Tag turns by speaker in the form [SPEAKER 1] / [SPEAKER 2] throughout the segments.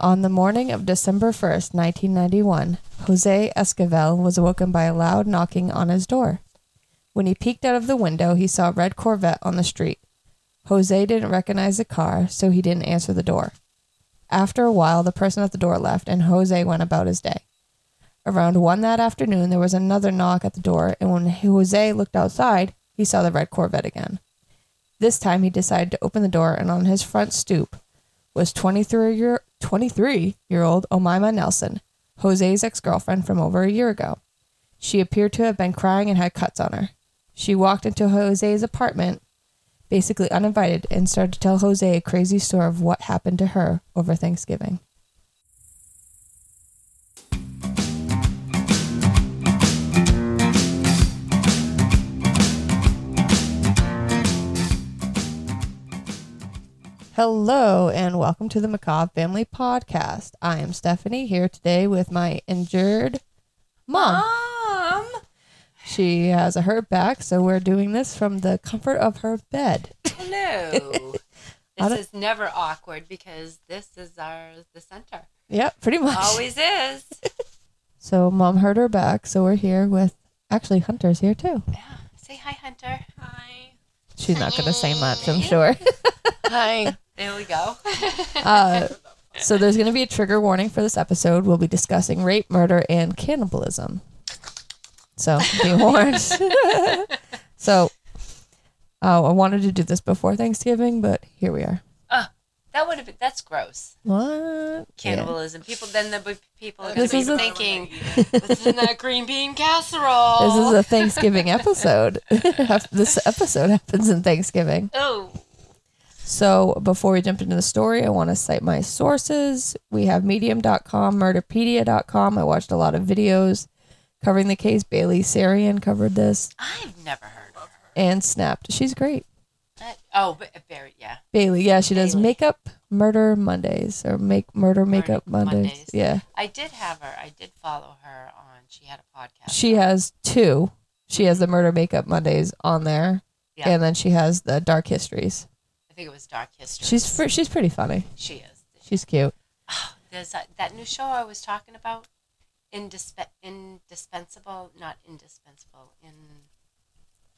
[SPEAKER 1] On the morning of December 1st, 1991, Jose Esquivel was awoken by a loud knocking on his door. When he peeked out of the window, he saw a red Corvette on the street. Jose didn't recognize the car, so he didn't answer the door. After a while, the person at the door left, and Jose went about his day. Around one that afternoon, there was another knock at the door, and when Jose looked outside, he saw the red Corvette again. This time, he decided to open the door, and on his front stoop was 23 year 23 year old Omaima Nelson, Jose's ex girlfriend from over a year ago. She appeared to have been crying and had cuts on her. She walked into Jose's apartment, basically uninvited, and started to tell Jose a crazy story of what happened to her over Thanksgiving. Hello and welcome to the Macabre Family Podcast. I am Stephanie here today with my injured mom.
[SPEAKER 2] Mom.
[SPEAKER 1] She has a hurt back, so we're doing this from the comfort of her bed.
[SPEAKER 2] Hello.
[SPEAKER 1] I
[SPEAKER 2] this
[SPEAKER 1] don't-
[SPEAKER 2] is never awkward because this is our the center.
[SPEAKER 1] Yep, pretty much.
[SPEAKER 2] Always is.
[SPEAKER 1] So mom hurt her back, so we're here with actually Hunter's here too.
[SPEAKER 2] Yeah. Say hi, Hunter. Hi.
[SPEAKER 1] She's not gonna say much, I'm sure.
[SPEAKER 2] Hi. There we go.
[SPEAKER 1] Uh, so there's gonna be a trigger warning for this episode. We'll be discussing rape, murder, and cannibalism. So be warned. so oh, I wanted to do this before Thanksgiving, but here we are.
[SPEAKER 2] That would have been. That's gross.
[SPEAKER 1] What? Yeah.
[SPEAKER 2] Cannibalism. People. Then the b- people are
[SPEAKER 1] This
[SPEAKER 2] going
[SPEAKER 1] is
[SPEAKER 2] to
[SPEAKER 1] a-
[SPEAKER 2] be thinking, "This is not green bean casserole."
[SPEAKER 1] This is a Thanksgiving episode. this episode happens in Thanksgiving.
[SPEAKER 2] oh.
[SPEAKER 1] So before we jump into the story, I want to cite my sources. We have medium.com, murderpedia.com. I watched a lot of videos covering the case. Bailey Sarian covered this
[SPEAKER 2] I've never heard of her.
[SPEAKER 1] and snapped. She's great.
[SPEAKER 2] Uh, oh, but uh, very yeah.
[SPEAKER 1] Bailey, yeah, she does
[SPEAKER 2] Bailey.
[SPEAKER 1] makeup murder Mondays or make murder makeup Mondays.
[SPEAKER 2] Mondays.
[SPEAKER 1] Yeah.
[SPEAKER 2] I did have her. I did follow her on. She had a podcast.
[SPEAKER 1] She has two. She has the murder makeup Mondays on there.
[SPEAKER 2] Yeah.
[SPEAKER 1] And then she has the dark histories.
[SPEAKER 2] I think it was Dark History.
[SPEAKER 1] She's fr- she's pretty funny.
[SPEAKER 2] she is.
[SPEAKER 1] She's cute.
[SPEAKER 2] There's that, that new show I was talking about, Indisp- indispensable, not indispensable,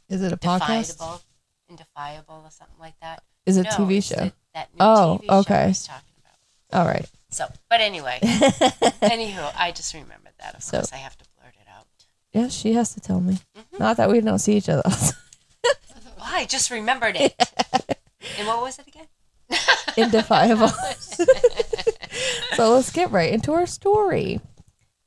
[SPEAKER 1] Is it a podcast?
[SPEAKER 2] indefinable, indefiable, or something like that.
[SPEAKER 1] Is it
[SPEAKER 2] No,
[SPEAKER 1] a TV
[SPEAKER 2] it's
[SPEAKER 1] show?
[SPEAKER 2] the- that new
[SPEAKER 1] Oh,
[SPEAKER 2] TV show
[SPEAKER 1] okay.
[SPEAKER 2] I was talking about.
[SPEAKER 1] All right.
[SPEAKER 2] So, but anyway, anywho, I just remembered that. Of
[SPEAKER 1] So-
[SPEAKER 2] course, I have to blurt it out.
[SPEAKER 1] Yeah, she has to tell me.
[SPEAKER 2] Mm-hmm.
[SPEAKER 1] Not that we don't see each other.
[SPEAKER 2] Well, Oh, I just remembered it. and what was it again?
[SPEAKER 1] Indefiable. so let's get right into our story.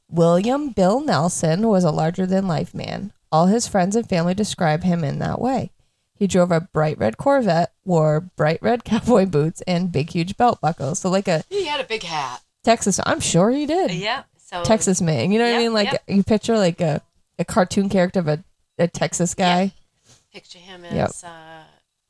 [SPEAKER 1] William Bill Nelson was a larger than life man. All his friends and family describe him in that way. He drove a bright red Corvette, wore bright red cowboy boots, and big, huge belt buckles. So, like a
[SPEAKER 2] He had a big hat.
[SPEAKER 1] Texas, I'm sure he did.
[SPEAKER 2] Yeah. So
[SPEAKER 1] Texas man. You know what I
[SPEAKER 2] Yep,
[SPEAKER 1] mean? Like,
[SPEAKER 2] yep.
[SPEAKER 1] you picture like a, a cartoon character of a, a Texas guy,
[SPEAKER 2] Picture him
[SPEAKER 1] Yep.
[SPEAKER 2] as uh,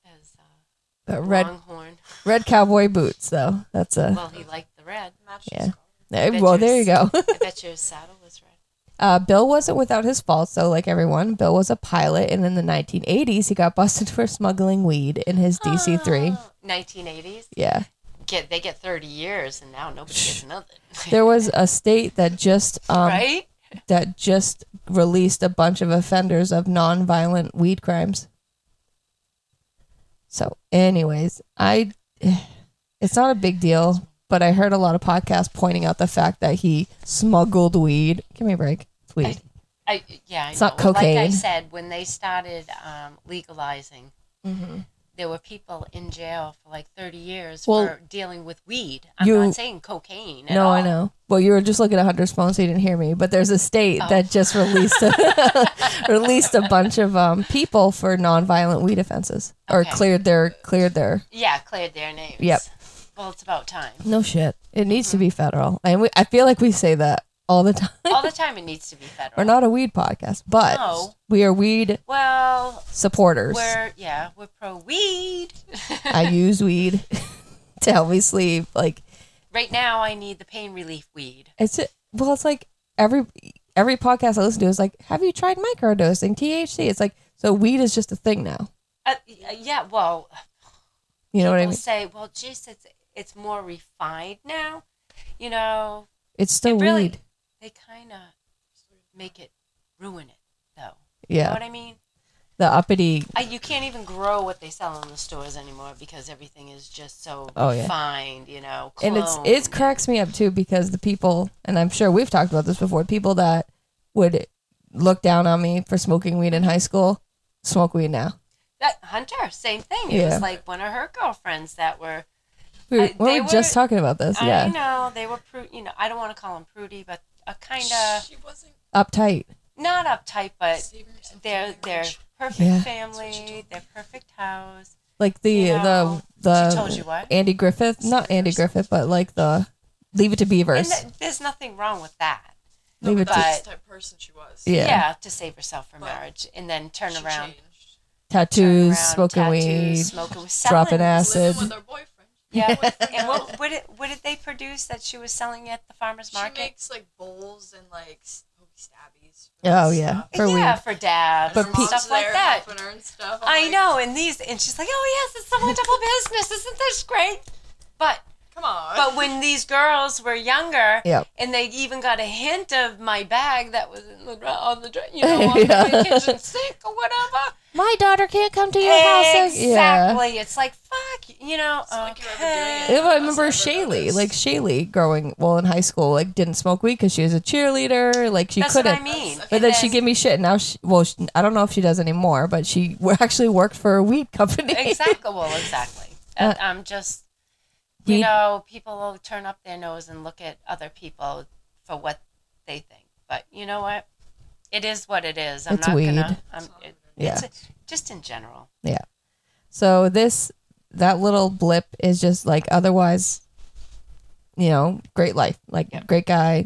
[SPEAKER 2] as uh,
[SPEAKER 1] but red
[SPEAKER 2] Longhorn.
[SPEAKER 1] red cowboy boots, though. That's a.
[SPEAKER 2] Well, he liked the red.
[SPEAKER 1] Yeah. Eh, Well, there you go.
[SPEAKER 2] I bet your saddle was red.
[SPEAKER 1] Uh, Bill wasn't without his faults, though, like everyone. Bill was a pilot, and in the 1980s, he got busted for smuggling weed in his DC 3.
[SPEAKER 2] Ah. 1980s.
[SPEAKER 1] Yeah.
[SPEAKER 2] Get they get 30 years, and now nobody gets nothing.
[SPEAKER 1] There was a state that just um,
[SPEAKER 2] right?
[SPEAKER 1] that just released a bunch of offenders of nonviolent weed crimes. So, anyways, I it's not a big deal, but I heard a lot of podcasts pointing out the fact that he smuggled weed. Give me a break. It's weed.
[SPEAKER 2] I, yeah, I
[SPEAKER 1] It's not
[SPEAKER 2] know. Like I
[SPEAKER 1] cocaine.
[SPEAKER 2] said, when they started um, legalizing,
[SPEAKER 1] Mm-hmm.
[SPEAKER 2] there were people in jail for like 30 years
[SPEAKER 1] Well,
[SPEAKER 2] for dealing with weed. I'm
[SPEAKER 1] you-
[SPEAKER 2] not saying cocaine. At
[SPEAKER 1] No, I
[SPEAKER 2] all.
[SPEAKER 1] know. Well, you were just looking at Hunter's phone, so you didn't hear me. But there's a state
[SPEAKER 2] Oh.
[SPEAKER 1] that just released a, released a bunch of um, people for nonviolent weed offenses, or
[SPEAKER 2] Okay.
[SPEAKER 1] cleared their cleared their.
[SPEAKER 2] Yeah, cleared their names.
[SPEAKER 1] Yep.
[SPEAKER 2] Well, it's about time.
[SPEAKER 1] No shit. It needs to be federal, and we, I feel like we say that all the time.
[SPEAKER 2] All the time, it needs to be federal.
[SPEAKER 1] We're not a weed podcast, but
[SPEAKER 2] No.
[SPEAKER 1] we are weed
[SPEAKER 2] Well,
[SPEAKER 1] supporters.
[SPEAKER 2] we're yeah, we're pro weed.
[SPEAKER 1] I use weed to help me sleep. Like
[SPEAKER 2] right now, I need the pain relief weed.
[SPEAKER 1] It's well, it's like every every podcast I listen to is like, have you tried microdosing THC? It's like so weed is just a thing now.
[SPEAKER 2] Uh, y- yeah, well,
[SPEAKER 1] You know what I
[SPEAKER 2] people
[SPEAKER 1] mean?
[SPEAKER 2] say, well, geez, it's, it's more refined now. you know,
[SPEAKER 1] It's still
[SPEAKER 2] It really-
[SPEAKER 1] weed.
[SPEAKER 2] they kind of make it ruin it though. You know
[SPEAKER 1] Yeah.
[SPEAKER 2] what I mean?
[SPEAKER 1] The uppity.
[SPEAKER 2] I, you can't even grow what they sell in the stores anymore because everything is just so
[SPEAKER 1] Oh, yeah.
[SPEAKER 2] refined, you know.
[SPEAKER 1] And it's
[SPEAKER 2] cloned.
[SPEAKER 1] it cracks me up too because the people, and I'm sure we've talked about this before, people that would look down on me for smoking weed in high school smoke weed now.
[SPEAKER 2] that Hunter, same thing. It
[SPEAKER 1] Yeah.
[SPEAKER 2] was like one of her girlfriends that were.
[SPEAKER 1] We were,
[SPEAKER 2] I-
[SPEAKER 1] we
[SPEAKER 2] they
[SPEAKER 1] were just
[SPEAKER 2] were-
[SPEAKER 1] talking about this.
[SPEAKER 2] I
[SPEAKER 1] yeah.
[SPEAKER 2] know they were prude. You know, I don't want to call them prudy, but a kind of
[SPEAKER 3] She wasn't
[SPEAKER 1] Uptight.
[SPEAKER 2] not uptight, but
[SPEAKER 3] saving herself.
[SPEAKER 2] they're they're perfect
[SPEAKER 1] Yeah.
[SPEAKER 2] family, their perfect house.
[SPEAKER 1] Like the
[SPEAKER 2] You know,
[SPEAKER 1] the the
[SPEAKER 2] she told you what?
[SPEAKER 1] Andy Griffith, not Andy Griffith, but like the Leave It to
[SPEAKER 2] And
[SPEAKER 1] Beavers.
[SPEAKER 2] th- there's nothing wrong with that.
[SPEAKER 1] Leave it
[SPEAKER 3] but that's
[SPEAKER 2] to-
[SPEAKER 3] the type of person she was.
[SPEAKER 1] yeah.
[SPEAKER 2] to save herself from
[SPEAKER 3] But
[SPEAKER 2] marriage and then turn
[SPEAKER 3] She
[SPEAKER 2] around,
[SPEAKER 3] changed.
[SPEAKER 2] turn
[SPEAKER 1] Tattoos,
[SPEAKER 2] around,
[SPEAKER 1] smoking
[SPEAKER 2] tattoos,
[SPEAKER 1] weed.
[SPEAKER 2] smoking weed,
[SPEAKER 1] dropping
[SPEAKER 2] selling-
[SPEAKER 1] ass. Acid.
[SPEAKER 3] Living with her boyfriend.
[SPEAKER 2] Yeah, and what what did, what did they produce that she was selling at the farmers
[SPEAKER 3] She
[SPEAKER 2] market?
[SPEAKER 3] makes like bowls and like s- hokey stabbies. for
[SPEAKER 1] Oh,
[SPEAKER 3] this
[SPEAKER 1] yeah.
[SPEAKER 3] stuff.
[SPEAKER 1] for
[SPEAKER 2] yeah,
[SPEAKER 1] weed.
[SPEAKER 2] for dabs
[SPEAKER 1] But
[SPEAKER 3] Her
[SPEAKER 2] and
[SPEAKER 1] pe-
[SPEAKER 3] mom's
[SPEAKER 2] stuff like
[SPEAKER 3] there
[SPEAKER 2] that.
[SPEAKER 3] helping her and stuff. I'm
[SPEAKER 2] I
[SPEAKER 3] like,
[SPEAKER 2] know, and these, and she's like, "Oh yes, it's a wonderful business, isn't this great?" But
[SPEAKER 3] Come on.
[SPEAKER 2] but when these girls were younger,
[SPEAKER 1] Yep.
[SPEAKER 2] and they even got a hint of my bag that was in the dr- on the dr- you know on
[SPEAKER 1] Yeah.
[SPEAKER 2] the kitchen sink or whatever.
[SPEAKER 1] My daughter can't come to Yeah.
[SPEAKER 2] exactly, it's like fuck, you know.
[SPEAKER 3] It's like you're ever
[SPEAKER 2] okay.
[SPEAKER 3] doing
[SPEAKER 1] If I
[SPEAKER 3] I've
[SPEAKER 1] remember
[SPEAKER 3] never
[SPEAKER 1] Shaylee,
[SPEAKER 3] noticed.
[SPEAKER 1] like Shaylee growing well in high school, like didn't smoke weed because she was a cheerleader. Like she
[SPEAKER 2] That's what
[SPEAKER 1] couldn't.
[SPEAKER 2] I mean.
[SPEAKER 3] But
[SPEAKER 1] But
[SPEAKER 2] And
[SPEAKER 1] then she gave me shit. Now she, well, she, I don't know if she does anymore, but she w- actually worked for a weed company.
[SPEAKER 2] exactly. Well, exactly.
[SPEAKER 1] Uh,
[SPEAKER 2] And I'm just, you
[SPEAKER 1] He-
[SPEAKER 2] know, people will turn up their nose and look at other people for what they think. But you know what? It is what it is. I'm
[SPEAKER 1] It's
[SPEAKER 2] not
[SPEAKER 1] weed.
[SPEAKER 2] gonna. I'm, it,
[SPEAKER 1] Yeah.
[SPEAKER 2] It's just in general.
[SPEAKER 1] So this that little blip is just like otherwise, you know, great life, like
[SPEAKER 2] Yep.
[SPEAKER 1] great guy,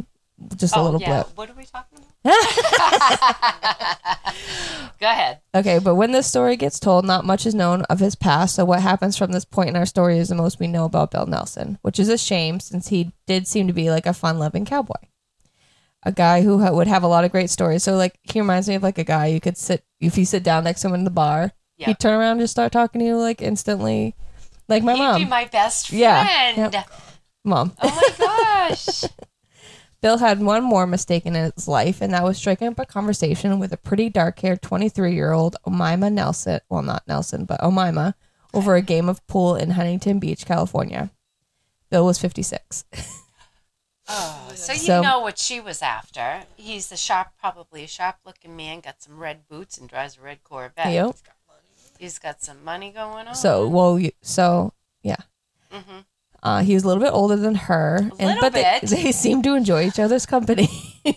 [SPEAKER 1] just a little blip.
[SPEAKER 2] Oh, What are we talking about? Go ahead.
[SPEAKER 1] Okay, but when this story gets told, not much is known of his past. So what happens from this point in our story is the most we know about Bill Nelson, which is a shame since he did seem to be like a fun-loving cowboy, a guy who ha- would have a lot of great stories. So like he reminds me of like a guy you could sit if you sit down next to him in the bar,
[SPEAKER 2] Yeah.
[SPEAKER 1] he'd turn around and just start talking to you like instantly, like my
[SPEAKER 2] You'd
[SPEAKER 1] mom.
[SPEAKER 2] be my best friend.
[SPEAKER 1] Yeah. Yep. mom.
[SPEAKER 2] Oh my gosh.
[SPEAKER 1] Bill had one more mistake in his life, and that was striking up a conversation with a pretty dark haired 23 year old Omima Nelson. Well, not Nelson, but Omima over a game of pool in Huntington Beach, California. Bill was 56.
[SPEAKER 2] Oh, so you
[SPEAKER 1] So-
[SPEAKER 2] know what she was after. He's a sharp, probably a sharp-looking man. Got some red boots and drives a red Corvette.
[SPEAKER 1] Yep.
[SPEAKER 2] He's got some money going on.
[SPEAKER 1] So, well, you- so yeah.
[SPEAKER 2] Mhm.
[SPEAKER 1] Uh, he was a little bit older than her, and
[SPEAKER 2] Little
[SPEAKER 1] but they,
[SPEAKER 2] bit.
[SPEAKER 1] they seemed to enjoy each other's company.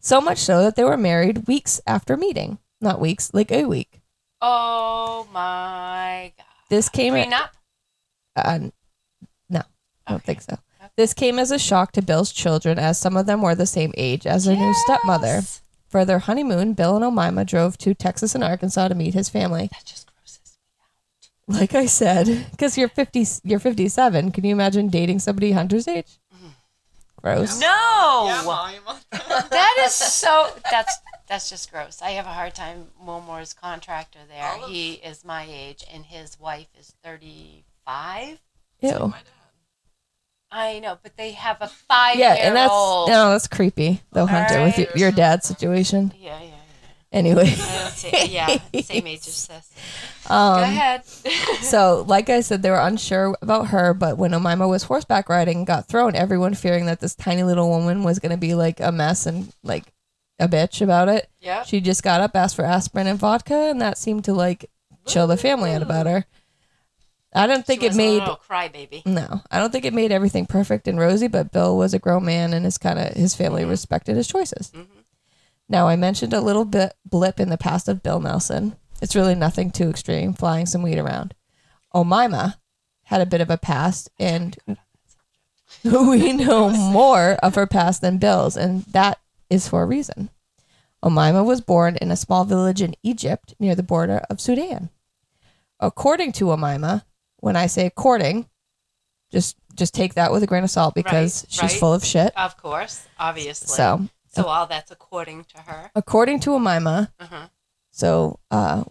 [SPEAKER 1] so much so that they were married weeks after meeting. Not weeks, like a week.
[SPEAKER 2] oh my god,
[SPEAKER 1] This came at-
[SPEAKER 2] prenup.
[SPEAKER 1] Uh, n- no, I don't
[SPEAKER 2] Okay.
[SPEAKER 1] think so. This came as a shock to Bill's children, as some of them were the same age as their new stepmother.
[SPEAKER 2] Yes.
[SPEAKER 1] For their honeymoon, Bill and Omima drove to Texas and Arkansas to meet his family.
[SPEAKER 2] That just grosses
[SPEAKER 1] Like I said, because you're fifty, you're fifty-seven. Can you imagine dating somebody Hunter's age? Gross.
[SPEAKER 2] me. No,
[SPEAKER 3] Yeah, mom.
[SPEAKER 2] that is so. That's that's just gross. I have a hard time. Wilmore's contractor there.
[SPEAKER 3] All of-
[SPEAKER 2] he is my age, and his wife is thirty-five.
[SPEAKER 1] Ew.
[SPEAKER 3] My dad.
[SPEAKER 2] I know, but they have a five-year-old.
[SPEAKER 1] Yeah, and that's no, that's creepy though, Hunter, with your,
[SPEAKER 3] Alright.
[SPEAKER 1] your dad's situation.
[SPEAKER 2] yeah, yeah.
[SPEAKER 1] Anyway,
[SPEAKER 2] I don't say, yeah, same age as this. Go
[SPEAKER 1] um,
[SPEAKER 2] ahead.
[SPEAKER 1] so like I said, they were unsure about her, but when Omima was horseback riding and got thrown, everyone fearing that this tiny little woman was gonna be like a mess and like a bitch about it.
[SPEAKER 2] yeah.
[SPEAKER 1] She just got up, asked for aspirin and vodka, and that seemed to like chill the family out about her. I don't think
[SPEAKER 2] She
[SPEAKER 1] it
[SPEAKER 2] was a
[SPEAKER 1] made
[SPEAKER 2] little Oh, crybaby.
[SPEAKER 1] no, I don't think it made everything perfect and rosy, but Bill was a grown man and his kind of his family
[SPEAKER 2] Mm-hmm.
[SPEAKER 1] respected his choices. Now, I mentioned a little bit blip in the past of Bill Nelson. It's really nothing too extreme, flying some weed around. Omima had a bit of a past, and we know more of her past than Bill's, and that is for a reason. Omima was born in a small village in Egypt near the border of Sudan. According to Omima, when I say according, just just take that with a grain of salt because
[SPEAKER 2] Right,
[SPEAKER 1] she's
[SPEAKER 2] right.
[SPEAKER 1] full of shit.
[SPEAKER 2] Of course, obviously.
[SPEAKER 1] So
[SPEAKER 2] So all that's according to her. Uh-huh.
[SPEAKER 1] according to Amima,
[SPEAKER 2] Mhm.
[SPEAKER 1] so uh,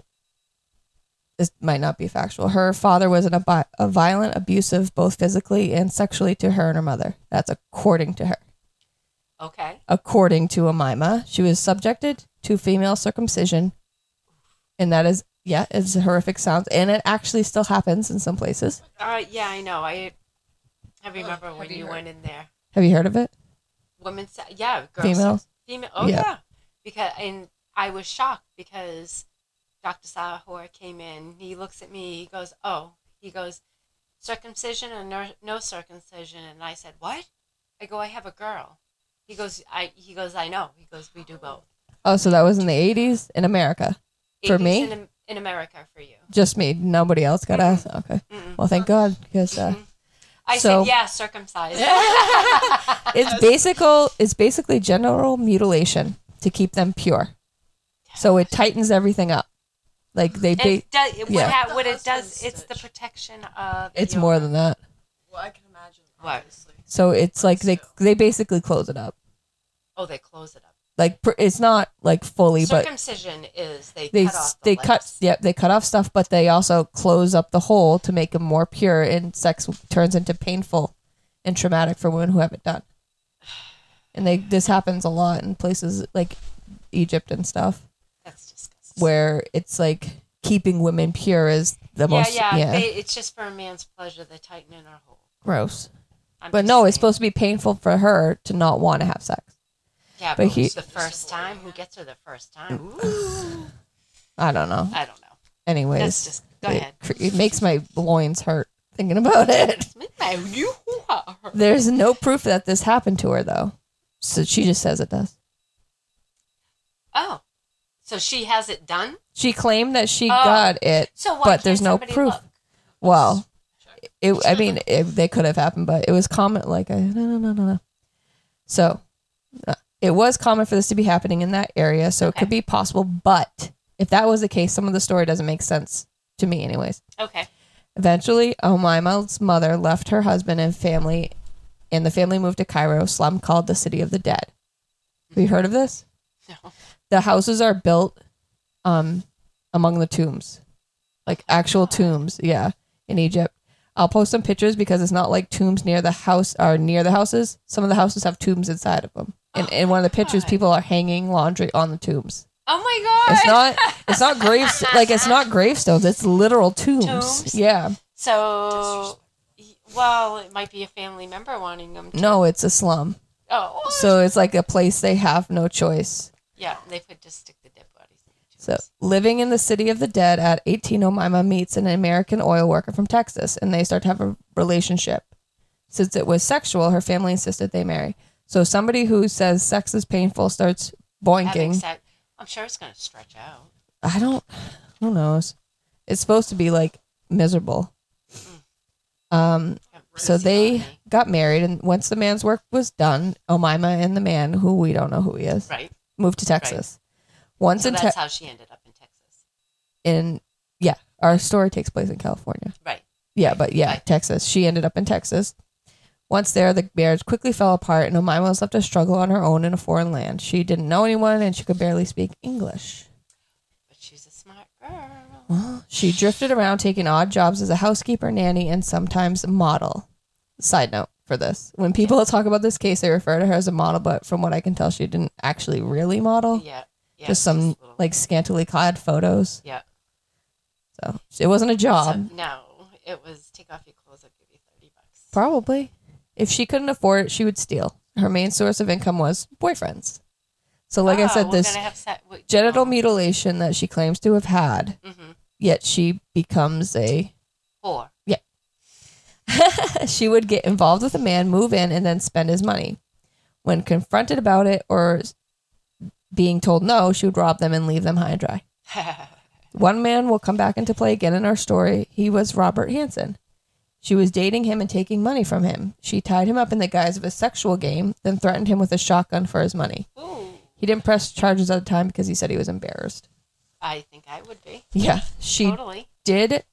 [SPEAKER 1] this might not be factual. Her father was an ab- a violent, abusive, both physically and sexually to her and her mother. That's according to her.
[SPEAKER 2] Okay.
[SPEAKER 1] According to Amima, she was subjected to female circumcision, and that is yeah, it's horrific sounds, and it actually still happens in some places.
[SPEAKER 2] Uh, yeah, I know. I I remember
[SPEAKER 3] have
[SPEAKER 2] when
[SPEAKER 3] you
[SPEAKER 2] Oh, you
[SPEAKER 3] heard?
[SPEAKER 2] went in there.
[SPEAKER 1] Have you heard of it?
[SPEAKER 2] Women's se- yeah, girls
[SPEAKER 1] Female?
[SPEAKER 2] sex- female. Oh
[SPEAKER 1] Yeah.
[SPEAKER 2] yeah. because and I was shocked because Dr. Sahor came in. He looks at me. He goes, "Oh," he goes, "Circumcision or no, no circumcision?" And I said, "What?" I go, "I have a girl." He goes, "I." He goes, "I know." He goes, "We do both."
[SPEAKER 1] Oh, so that was in the '80s in America. For
[SPEAKER 2] It is
[SPEAKER 1] me?
[SPEAKER 2] in, Am- in America, for you.
[SPEAKER 1] Just me. Nobody else got asked. Okay.
[SPEAKER 2] Mm-mm.
[SPEAKER 1] Well, thank God, because uh,
[SPEAKER 2] I
[SPEAKER 1] So-
[SPEAKER 2] said, "Yeah, circumcised."
[SPEAKER 1] it's basical. It's basically genital mutilation to keep them pure. So it tightens everything up. Like they,
[SPEAKER 2] And
[SPEAKER 1] ba-
[SPEAKER 2] it does, what,
[SPEAKER 1] yeah.
[SPEAKER 2] ha-
[SPEAKER 3] The
[SPEAKER 2] what it
[SPEAKER 3] husband
[SPEAKER 2] does, it's the
[SPEAKER 3] stitch.
[SPEAKER 2] protection of.
[SPEAKER 1] it's
[SPEAKER 2] your-
[SPEAKER 1] more than that.
[SPEAKER 3] Well, I can imagine.
[SPEAKER 2] What?
[SPEAKER 3] Obviously.
[SPEAKER 1] So it's like they
[SPEAKER 3] So-
[SPEAKER 1] they basically close it up.
[SPEAKER 2] Oh, they close it up.
[SPEAKER 1] Like pr- it's not like fully, but
[SPEAKER 2] Circumcision is they,
[SPEAKER 1] they
[SPEAKER 2] cut
[SPEAKER 1] s-
[SPEAKER 2] off. The
[SPEAKER 1] they cut
[SPEAKER 2] legs.
[SPEAKER 1] yep they cut off stuff, but they also close up the hole to make them more pure, and sex turns into painful and traumatic for women who have it done. And they this happens a lot in places like Egypt and stuff.
[SPEAKER 2] That's disgusting.
[SPEAKER 1] where it's like keeping women pure is the
[SPEAKER 2] yeah,
[SPEAKER 1] most
[SPEAKER 2] yeah. They, it's just for a man's pleasure. They tighten in our hole.
[SPEAKER 1] gross.
[SPEAKER 2] I'm
[SPEAKER 1] But
[SPEAKER 2] just
[SPEAKER 1] no, it's
[SPEAKER 2] saying.
[SPEAKER 1] supposed to be painful for her to not want to have sex.
[SPEAKER 2] Yeah,
[SPEAKER 1] but
[SPEAKER 2] but,
[SPEAKER 1] he-
[SPEAKER 2] who's the first time? Who gets her the first time? Ooh.
[SPEAKER 1] I don't know.
[SPEAKER 2] I don't know.
[SPEAKER 1] Anyways,
[SPEAKER 2] That's just. Go
[SPEAKER 1] it,
[SPEAKER 2] ahead.
[SPEAKER 1] cr- it makes my loins hurt thinking about it. There's no proof that this happened to her though, so she just says it does.
[SPEAKER 2] Oh, so she has it done.
[SPEAKER 1] She claimed that she
[SPEAKER 2] Oh.
[SPEAKER 1] got it.
[SPEAKER 2] So why
[SPEAKER 1] But
[SPEAKER 2] can't
[SPEAKER 1] there's no
[SPEAKER 2] somebody
[SPEAKER 1] proof.
[SPEAKER 2] look?
[SPEAKER 1] Well, it. I mean, it, they could have happened, but it was common. Like, I, no, no, no, no, no. So, uh, it was common for this to be happening in that area. So it
[SPEAKER 2] Okay.
[SPEAKER 1] could be possible. But if that was the case, some of the story doesn't make sense to me, anyways.
[SPEAKER 2] Okay.
[SPEAKER 1] Eventually, Omaima's mother left her husband and family, and the family moved to Cairo, slum called the City of the Dead. Have you heard of this?
[SPEAKER 2] Mm-hmm. No.
[SPEAKER 1] The houses are built um, among the tombs, like actual tombs. Yeah, in Egypt. I'll post some pictures because it's not like tombs near the house are near the houses. Some of the houses have tombs inside of them, and
[SPEAKER 2] Oh
[SPEAKER 1] in one of the pictures,
[SPEAKER 2] God.
[SPEAKER 1] people are hanging laundry on the tombs.
[SPEAKER 2] Oh my god.
[SPEAKER 1] It's not. It's not graves. Like it's not gravestones. It's literal tombs.
[SPEAKER 2] Tombs?
[SPEAKER 1] Yeah.
[SPEAKER 2] So, y- well, it might be a family member wanting them. To,
[SPEAKER 1] No, it's a slum.
[SPEAKER 2] Oh,
[SPEAKER 1] So it's like a place they have no choice.
[SPEAKER 2] yeah, they could just stick the dead bodies. In the
[SPEAKER 1] So
[SPEAKER 2] tombs.
[SPEAKER 1] living in the city of the dead at 18, Omaima meets an American oil worker from Texas, and they start to have a relationship. Since it was sexual, her family insisted they marry. So somebody who says sex is painful starts
[SPEAKER 2] having
[SPEAKER 1] boinking.
[SPEAKER 2] sex. I'm sure it's gonna stretch out.
[SPEAKER 1] I don't. Who knows? It's supposed to be like miserable. Um,
[SPEAKER 2] Have
[SPEAKER 1] so
[SPEAKER 2] roots
[SPEAKER 1] they
[SPEAKER 2] on me.
[SPEAKER 1] got married, and once the man's work was done, Omaima and the man, who we don't know who he is,
[SPEAKER 2] right.
[SPEAKER 1] moved to Texas. Once
[SPEAKER 2] So
[SPEAKER 1] in
[SPEAKER 2] that's
[SPEAKER 1] Texas.
[SPEAKER 2] how she ended up in Texas.
[SPEAKER 1] in yeah, our story takes place in California.
[SPEAKER 2] Right.
[SPEAKER 1] Yeah, but yeah,
[SPEAKER 2] Right.
[SPEAKER 1] Texas. She ended up in Texas. Once there, the marriage quickly fell apart, and Omaima was left to struggle on her own in a foreign land. She didn't know anyone, and she could barely speak English.
[SPEAKER 2] But she's a smart girl.
[SPEAKER 1] Well, she drifted around, taking odd jobs as a housekeeper, nanny, and sometimes model. Side note for this: when people talk about this case, they refer to her as a model, but from what I can tell, she didn't actually really model.
[SPEAKER 2] Yeah. yeah
[SPEAKER 1] just
[SPEAKER 2] she's
[SPEAKER 1] some
[SPEAKER 2] a little-
[SPEAKER 1] like scantily clad photos.
[SPEAKER 2] Yeah.
[SPEAKER 1] So it wasn't a
[SPEAKER 2] So,
[SPEAKER 1] job.
[SPEAKER 2] no, it was take off your clothes. I'll give you thirty bucks.
[SPEAKER 1] Probably. If she couldn't afford it, she would steal. Her main source of income was boyfriends. So, like I
[SPEAKER 2] Oh,
[SPEAKER 1] said,
[SPEAKER 2] we're
[SPEAKER 1] this
[SPEAKER 2] gonna have se- we-
[SPEAKER 1] genital
[SPEAKER 2] oh,
[SPEAKER 1] mutilation that she claims to have had,
[SPEAKER 2] mhm.
[SPEAKER 1] yet she becomes a.
[SPEAKER 2] Four.
[SPEAKER 1] She would get involved with a man, move in, and then spend his money. When confronted about it or s- being told no, she would rob them and leave them high and dry. One man will come back into play again in our story. He was Robert Hansen. She was dating him and taking money from him. She tied him up in the guise of a sexual game, then threatened him with a shotgun for his money.
[SPEAKER 2] Ooh,
[SPEAKER 1] He didn't press charges at the time because he said he was embarrassed.
[SPEAKER 2] I think I would be
[SPEAKER 1] Yeah, she
[SPEAKER 2] totally.
[SPEAKER 1] did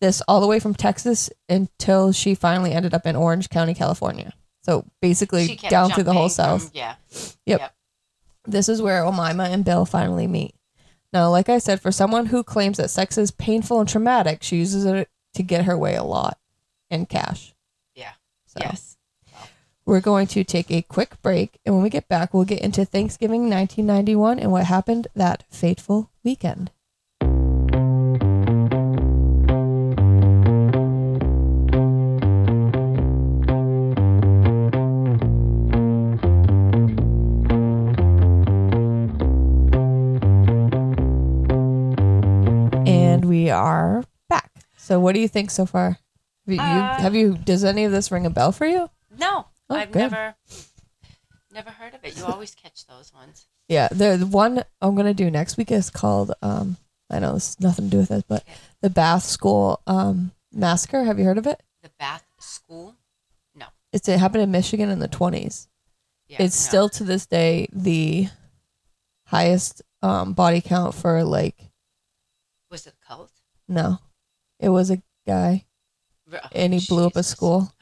[SPEAKER 1] this all the way from Texas until she finally ended up in Orange County, California. So basically,
[SPEAKER 2] She kept
[SPEAKER 1] down through the whole
[SPEAKER 2] jumping
[SPEAKER 1] South.
[SPEAKER 2] from- yeah.
[SPEAKER 1] This is where Omaima and Bill finally meet. Now, like I said, for someone who claims that sex is painful and traumatic, she uses it to get her way a lot and cash.
[SPEAKER 2] Yeah.
[SPEAKER 1] So
[SPEAKER 2] Yes.
[SPEAKER 1] we're going to take a quick break. And when we get back, we'll get into Thanksgiving 1991 and what happened that fateful weekend. And we are back. So, what do you think so far? Have you,
[SPEAKER 2] Uh,
[SPEAKER 1] have you? Does any of this ring a bell for you?
[SPEAKER 2] No,
[SPEAKER 1] Oh,
[SPEAKER 2] I've
[SPEAKER 1] good.
[SPEAKER 2] never never heard of it. You always catch those ones.
[SPEAKER 1] Yeah, the the one I'm gonna do next week is called. Um, I know this has nothing to do with this, but the Bath School um, massacre. Have you heard of it?
[SPEAKER 2] The Bath School. No.
[SPEAKER 1] It's it happened in Michigan in the 20s.
[SPEAKER 2] Yeah,
[SPEAKER 1] it's
[SPEAKER 2] no.
[SPEAKER 1] still to this day the highest um, body count for like
[SPEAKER 2] was it a cult?
[SPEAKER 1] no, it was a guy
[SPEAKER 2] Re- oh,
[SPEAKER 1] and he blew up a
[SPEAKER 2] Jesus.
[SPEAKER 1] school.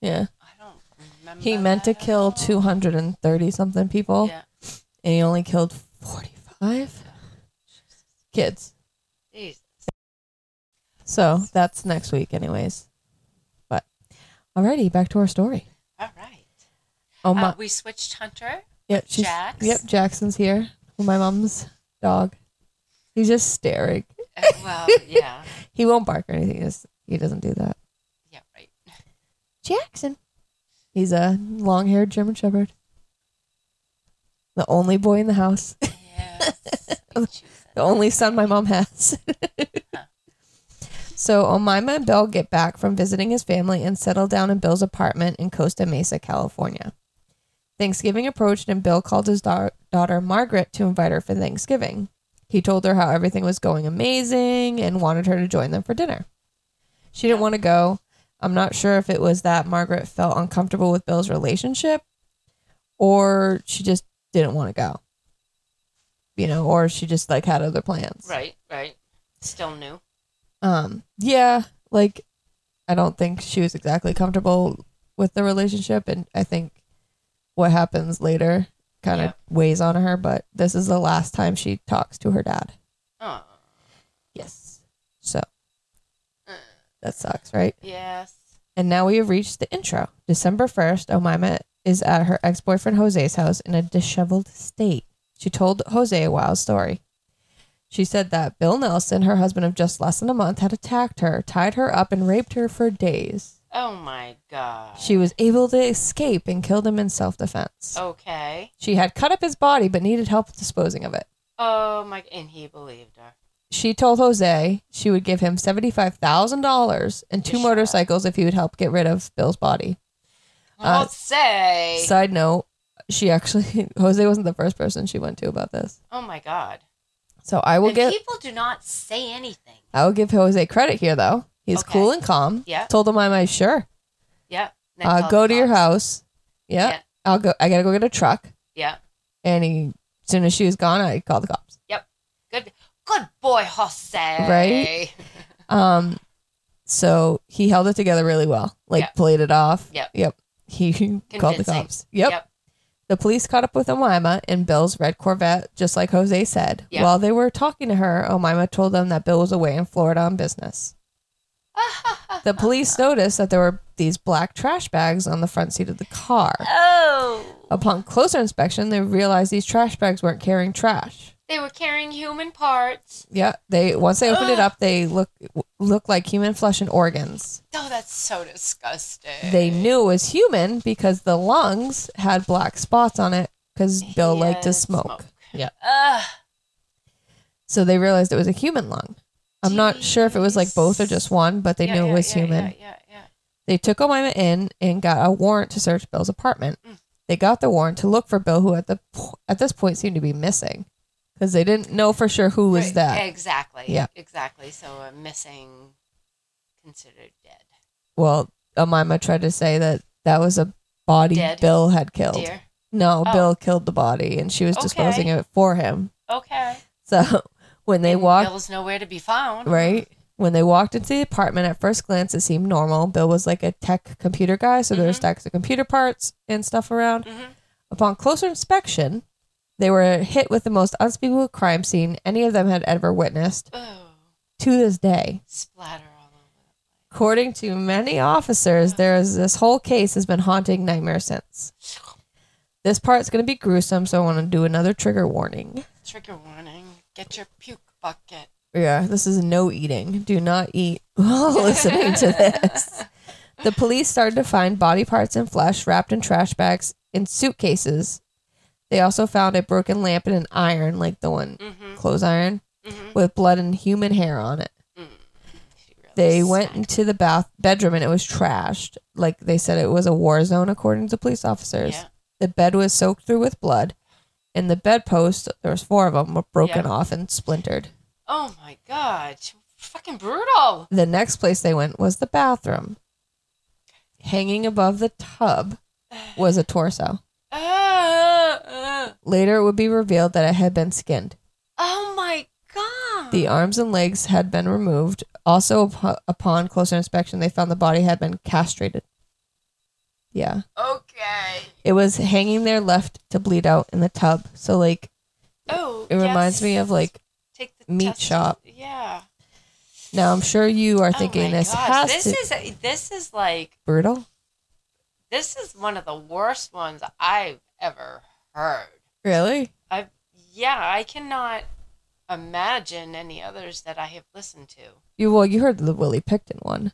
[SPEAKER 1] yeah,
[SPEAKER 2] I don't remember.
[SPEAKER 1] he meant to
[SPEAKER 2] that at
[SPEAKER 1] kill
[SPEAKER 2] all.
[SPEAKER 1] 230 something people,
[SPEAKER 2] Yeah.
[SPEAKER 1] and he only killed 45 kids.
[SPEAKER 2] Jesus.
[SPEAKER 1] So that's next week, anyways. But alrighty, back to our story.
[SPEAKER 2] All right.
[SPEAKER 1] Oh my,
[SPEAKER 2] Uh, we switched Hunter.
[SPEAKER 1] yeah, she's,
[SPEAKER 2] Jax?
[SPEAKER 1] yep, Jackson's here. My mom's dog. He's just staring.
[SPEAKER 2] Uh, well, yeah.
[SPEAKER 1] He won't bark or anything. He's, he doesn't do that.
[SPEAKER 2] Yeah, right.
[SPEAKER 1] Jackson. He's a long-haired German Shepherd. The only boy in the house.
[SPEAKER 2] Yes.
[SPEAKER 1] the only son my mom has. so Omima and Bill get back from visiting his family and settle down in Bill's apartment in Costa Mesa, California. Thanksgiving approached, and Bill called his da- daughter Margaret to invite her for Thanksgiving. He told her how everything was going amazing and wanted her to join them for dinner. She didn't want to go. I'm not sure if it was that Margaret felt uncomfortable with Bill's relationship or she just didn't want to go. You know, or she just like had other plans.
[SPEAKER 2] Right, right. Still new.
[SPEAKER 1] Um, yeah, like I don't think she was exactly comfortable with the relationship, and I think what happens later kind of
[SPEAKER 2] Yeah.
[SPEAKER 1] weighs on her. But this is the last time she talks to her dad.
[SPEAKER 2] Oh,
[SPEAKER 1] Yes. So that sucks, right?
[SPEAKER 2] yes.
[SPEAKER 1] And now we have reached the intro. December 1st, Omima is at her ex boyfriend Jose's house in a disheveled state. She told Jose a wild story. She said that Bill Nelson, her husband of just less than a month, had attacked her, tied her up, and raped her for days.
[SPEAKER 2] Oh my God.
[SPEAKER 1] She was able to escape and killed him in self defense.
[SPEAKER 2] Okay.
[SPEAKER 1] She had cut up his body but needed help disposing of it.
[SPEAKER 2] Oh my! And he believed her.
[SPEAKER 1] She told Jose she would give him $75,000 and two
[SPEAKER 2] Sure.
[SPEAKER 1] motorcycles if he would help get rid of Bill's body. Uh,
[SPEAKER 2] I'll say.
[SPEAKER 1] Side note, she actually Jose wasn't the first person she went to about this.
[SPEAKER 2] oh my God.
[SPEAKER 1] So I will
[SPEAKER 2] And
[SPEAKER 1] give
[SPEAKER 2] people do not say anything.
[SPEAKER 1] I will give Jose credit here though. He's
[SPEAKER 2] Okay.
[SPEAKER 1] cool and calm.
[SPEAKER 2] Yeah.
[SPEAKER 1] Told him I'm like, sure.
[SPEAKER 2] Yeah. Then
[SPEAKER 1] Uh,
[SPEAKER 2] tell
[SPEAKER 1] go
[SPEAKER 2] the
[SPEAKER 1] to your
[SPEAKER 2] cops.
[SPEAKER 1] house. Yeah.
[SPEAKER 2] Yeah.
[SPEAKER 1] I'll go I gotta go get a truck.
[SPEAKER 2] Yeah.
[SPEAKER 1] And he as soon as she was gone, I called the cops.
[SPEAKER 2] Good. Good boy, Jose.
[SPEAKER 1] Right? Um so he held it together really well. Like
[SPEAKER 2] Yeah.
[SPEAKER 1] played it off.
[SPEAKER 2] Yep.
[SPEAKER 1] Yep. He called the
[SPEAKER 2] Convincing.
[SPEAKER 1] cops. Yep. The police caught up with Omima in Bill's red Corvette, just like Jose said.
[SPEAKER 2] Yeah.
[SPEAKER 1] While they were talking to her, Omima told them that Bill was away in Florida on business. the police noticed that there were these black trash bags on the front seat of the car.
[SPEAKER 2] Oh.
[SPEAKER 1] Upon closer inspection, they realized these trash bags weren't carrying trash.
[SPEAKER 2] They were carrying human parts.
[SPEAKER 1] Yeah, they once they opened it up, they look looked like human flesh and organs.
[SPEAKER 2] Oh, that's so disgusting.
[SPEAKER 1] They knew it was human because the lungs had black spots on it because Bill liked to
[SPEAKER 2] Yeah,
[SPEAKER 1] smoke. Yeah.
[SPEAKER 2] Ugh.
[SPEAKER 1] So they realized it was a human lung. I'm not sure if it was like both or just one, but they
[SPEAKER 2] Yeah,
[SPEAKER 1] knew
[SPEAKER 2] yeah,
[SPEAKER 1] it was
[SPEAKER 2] yeah,
[SPEAKER 1] human.
[SPEAKER 2] Yeah, yeah, yeah.
[SPEAKER 1] They took Omima in and got a warrant to search Bill's apartment.
[SPEAKER 2] Mm.
[SPEAKER 1] They got the warrant to look for Bill, who at the po- at this point seemed to be missing because they didn't know for sure who was
[SPEAKER 2] Right,
[SPEAKER 1] that.
[SPEAKER 2] Exactly.
[SPEAKER 1] Yeah.
[SPEAKER 2] Exactly. So a missing, considered dead.
[SPEAKER 1] Well, Omima tried to say that that was a body
[SPEAKER 2] Dead.
[SPEAKER 1] Bill had killed.
[SPEAKER 2] Dear.
[SPEAKER 1] No,
[SPEAKER 2] Oh.
[SPEAKER 1] Bill killed the body, and she was disposing of it for him.
[SPEAKER 2] Okay.
[SPEAKER 1] So when they
[SPEAKER 2] And
[SPEAKER 1] walked
[SPEAKER 2] Bill's nowhere to be found.
[SPEAKER 1] right? When they walked into the apartment, at first glance, it seemed normal. Bill was like a tech computer guy, so there were
[SPEAKER 2] Mhm.
[SPEAKER 1] stacks of computer parts and stuff around.
[SPEAKER 2] Mhm.
[SPEAKER 1] Upon closer inspection, They were hit with the most unspeakable crime scene any of them had ever witnessed
[SPEAKER 2] Oh,
[SPEAKER 1] to this day.
[SPEAKER 2] splatter all over.
[SPEAKER 1] According to many officers, there is this whole case has been haunting nightmare since. This part's going to be gruesome, so I want to do another trigger warning.
[SPEAKER 2] Trigger warning. Get your puke bucket.
[SPEAKER 1] Yeah, this is no eating. Do not eat while listening to this. The police started to find body parts and flesh wrapped in trash bags in suitcases. They also found a broken lamp and an iron, like the one
[SPEAKER 2] Mm-hmm.
[SPEAKER 1] clothes iron,
[SPEAKER 2] Mhm.
[SPEAKER 1] with blood and human hair on it.
[SPEAKER 2] She really
[SPEAKER 1] They went
[SPEAKER 2] smacked
[SPEAKER 1] into the bath bedroom and it was trashed. Like they said, it was a war zone, according to police
[SPEAKER 2] me.
[SPEAKER 1] officers.
[SPEAKER 2] Yeah.
[SPEAKER 1] The bed was soaked through with blood, and the bedpost there was four of them were broken
[SPEAKER 2] Yeah.
[SPEAKER 1] off and splintered.
[SPEAKER 2] Oh my god. Fucking brutal.
[SPEAKER 1] The next place they went was the bathroom. Hanging above the tub was a torso.
[SPEAKER 2] Ah, ah.
[SPEAKER 1] Later, it would be revealed that it had been skinned.
[SPEAKER 2] oh my god.
[SPEAKER 1] The arms and legs had been removed. Also, upo- upon closer inspection, they found the body had been castrated. Yeah.
[SPEAKER 3] Okay.
[SPEAKER 1] It was hanging there left to bleed out in the tub. So like
[SPEAKER 2] oh,
[SPEAKER 1] it reminds
[SPEAKER 2] yes.
[SPEAKER 1] me of like
[SPEAKER 2] Take the
[SPEAKER 1] meat
[SPEAKER 2] testi-
[SPEAKER 1] shop.
[SPEAKER 2] Yeah.
[SPEAKER 1] now I'm sure you are thinking
[SPEAKER 2] oh my
[SPEAKER 1] this
[SPEAKER 2] gosh.
[SPEAKER 1] has
[SPEAKER 2] this
[SPEAKER 1] to be
[SPEAKER 2] is this is like
[SPEAKER 1] brutal.
[SPEAKER 2] this is one of the worst ones I've ever heard.
[SPEAKER 1] Really?
[SPEAKER 2] I've yeah, I cannot imagine any others that I have listened to.
[SPEAKER 1] You well, you heard the Willie Picton one.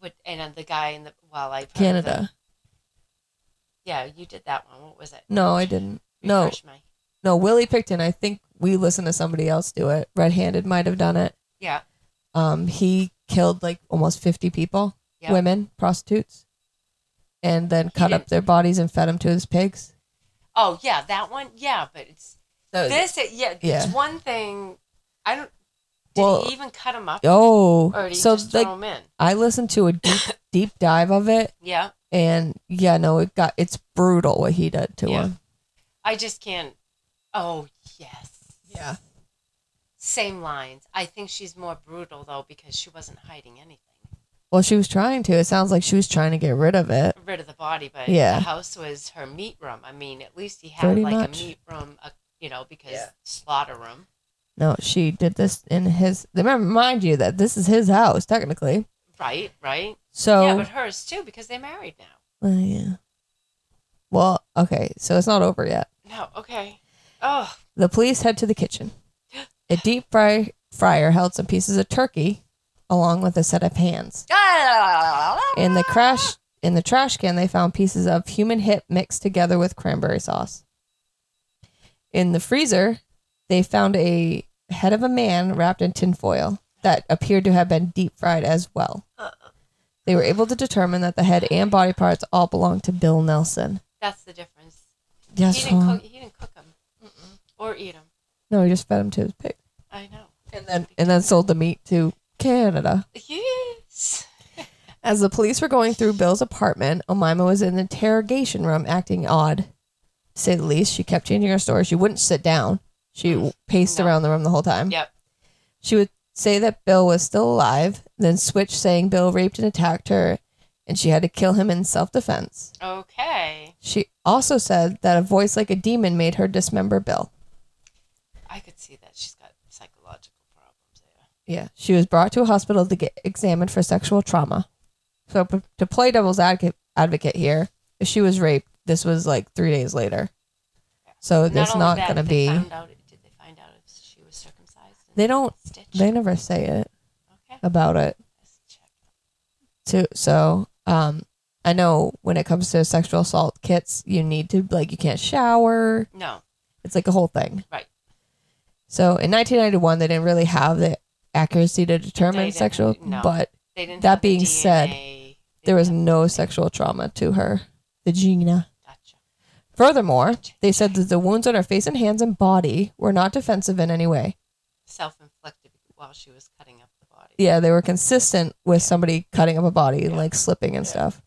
[SPEAKER 2] With and uh, the guy in the well, I
[SPEAKER 1] Canada.
[SPEAKER 2] yeah, you did that one. What was it?
[SPEAKER 1] No, I didn't. No.
[SPEAKER 2] Refresh my-
[SPEAKER 1] No, Willie Picton, I think we listened to somebody else do it. Red handed might have done it.
[SPEAKER 2] yeah,
[SPEAKER 1] Um he killed like almost fifty people,
[SPEAKER 2] yeah.
[SPEAKER 1] women, prostitutes. And then cut up
[SPEAKER 2] didn't-
[SPEAKER 1] their bodies and fed them to his pigs.
[SPEAKER 2] Oh yeah, that one. Yeah, but it's
[SPEAKER 1] So-
[SPEAKER 2] this. It, yeah,
[SPEAKER 1] Uh, Yeah.
[SPEAKER 2] it's one thing. I don't. Did
[SPEAKER 1] Well-
[SPEAKER 2] he even cut him up?
[SPEAKER 1] oh,
[SPEAKER 2] Or did he
[SPEAKER 1] so
[SPEAKER 2] just
[SPEAKER 1] like
[SPEAKER 2] throw him in?
[SPEAKER 1] I listened to a deep deep dive of it
[SPEAKER 2] Yeah,
[SPEAKER 1] and yeah, no, it got it's brutal what he did to
[SPEAKER 2] Yeah.
[SPEAKER 1] him.
[SPEAKER 2] I just can't. Oh yes.
[SPEAKER 1] Yeah,
[SPEAKER 2] Same lines. I think she's more brutal though because she wasn't hiding anything.
[SPEAKER 1] well, she was trying to. It sounds like she was trying to get rid of it.
[SPEAKER 2] Rid of the body, but
[SPEAKER 1] Yeah.
[SPEAKER 2] the house was her meat room. I mean, at least he had
[SPEAKER 1] Pretty
[SPEAKER 2] like
[SPEAKER 1] much.
[SPEAKER 2] a meat room, a, you know, because
[SPEAKER 3] Yeah.
[SPEAKER 2] slaughter room.
[SPEAKER 1] No, she did this in his. Remember, mind you, that this is his house technically.
[SPEAKER 2] Right, right.
[SPEAKER 1] So
[SPEAKER 2] Yeah, but hers too because they're married now.
[SPEAKER 1] Uh, yeah. Well, okay, so it's not over yet.
[SPEAKER 2] No, okay. Oh,
[SPEAKER 1] The police head to the kitchen. A deep fry fryer held some pieces of turkey, along with a set of hands.
[SPEAKER 2] Ah!
[SPEAKER 1] In the crash in the trash can, they found pieces of human hip mixed together with cranberry sauce. In the freezer, they found a head of a man wrapped in tinfoil that appeared to have been deep fried as well. They were able to determine that the head and body parts all belonged to Bill Nelson.
[SPEAKER 2] that's the difference.
[SPEAKER 1] Yes,
[SPEAKER 2] he didn't
[SPEAKER 1] Juan.
[SPEAKER 2] cook. He didn't cook them or eat them.
[SPEAKER 1] no, he just fed him to his pig,
[SPEAKER 2] I know.
[SPEAKER 1] and then and then sold the meat to Canada.
[SPEAKER 2] Yes.
[SPEAKER 1] As the police were going through Bill's apartment, Omima was in the interrogation room acting odd. To say the least, she kept changing her story. She wouldn't sit down. She paced
[SPEAKER 2] No.
[SPEAKER 1] around the room the whole time.
[SPEAKER 2] Yep.
[SPEAKER 1] She would say that Bill was still alive, then switch saying Bill raped and attacked her and she had to kill him in self defense.
[SPEAKER 2] Okay.
[SPEAKER 1] She also said that a voice like a demon made her dismember Bill.
[SPEAKER 2] I could see that she's got psychological problems there.
[SPEAKER 1] Yeah. She was brought to a hospital to get examined for sexual trauma. So, p- to play devil's advocate, advocate here, if she was raped, this was like three days later. So, that's
[SPEAKER 2] only
[SPEAKER 1] not
[SPEAKER 2] that,
[SPEAKER 1] going to be.
[SPEAKER 2] they Found out, did they find out if she was circumcised? and
[SPEAKER 1] They don't-
[SPEAKER 2] Stitched?
[SPEAKER 1] They never say it
[SPEAKER 2] okay.
[SPEAKER 1] about it.
[SPEAKER 2] Let's check.
[SPEAKER 1] too. So, um, I know when it comes to sexual assault kits, you need to like you can't shower.
[SPEAKER 2] No.
[SPEAKER 1] It's like a whole thing.
[SPEAKER 2] Right.
[SPEAKER 1] So in 1991, they didn't really have the accuracy to
[SPEAKER 2] They
[SPEAKER 1] determine
[SPEAKER 2] didn't-
[SPEAKER 1] sexual,
[SPEAKER 2] no.
[SPEAKER 1] but
[SPEAKER 2] They didn't.
[SPEAKER 1] That
[SPEAKER 2] have the
[SPEAKER 1] being said,
[SPEAKER 2] DNA. They
[SPEAKER 1] there was
[SPEAKER 2] didn't
[SPEAKER 1] no sexual trauma to her vagina.
[SPEAKER 2] have- Gotcha.
[SPEAKER 1] Furthermore, they said that the wounds on her face and hands and body were not defensive in any way.
[SPEAKER 2] Self-inflicted while she was cutting up the body.
[SPEAKER 1] Yeah, they were consistent with somebody cutting up a body and like slipping and stuff.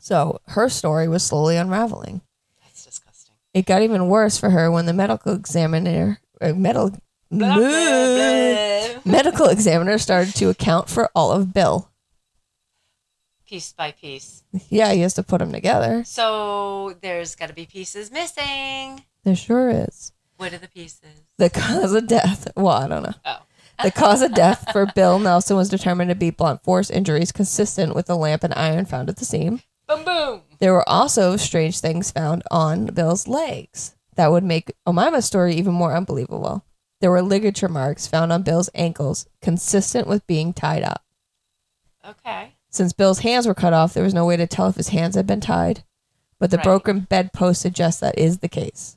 [SPEAKER 1] So her story was slowly unraveling.
[SPEAKER 2] That's disgusting.
[SPEAKER 1] It got even worse for her when the medical examiner, uh, medical, medical examiner started to account for all of Bill.
[SPEAKER 2] piece by piece.
[SPEAKER 1] Yeah, he has to put them together.
[SPEAKER 2] So there's got to be pieces missing.
[SPEAKER 1] There sure is.
[SPEAKER 2] What are the pieces?
[SPEAKER 1] The cause of death. Well, I don't know.
[SPEAKER 2] Oh.
[SPEAKER 1] The cause of death for Bill Nelson was determined to be blunt force injuries consistent with the lamp and iron found at the scene.
[SPEAKER 2] Boom, boom.
[SPEAKER 1] There were also strange things found on Bill's legs that would make Omima's story even more unbelievable. There were ligature marks found on Bill's ankles, consistent with being tied up.
[SPEAKER 2] Okay.
[SPEAKER 1] Since Bill's hands were cut off, there was no way to tell if his hands had been tied, but the
[SPEAKER 2] Right.
[SPEAKER 1] broken bedpost suggests that is the case.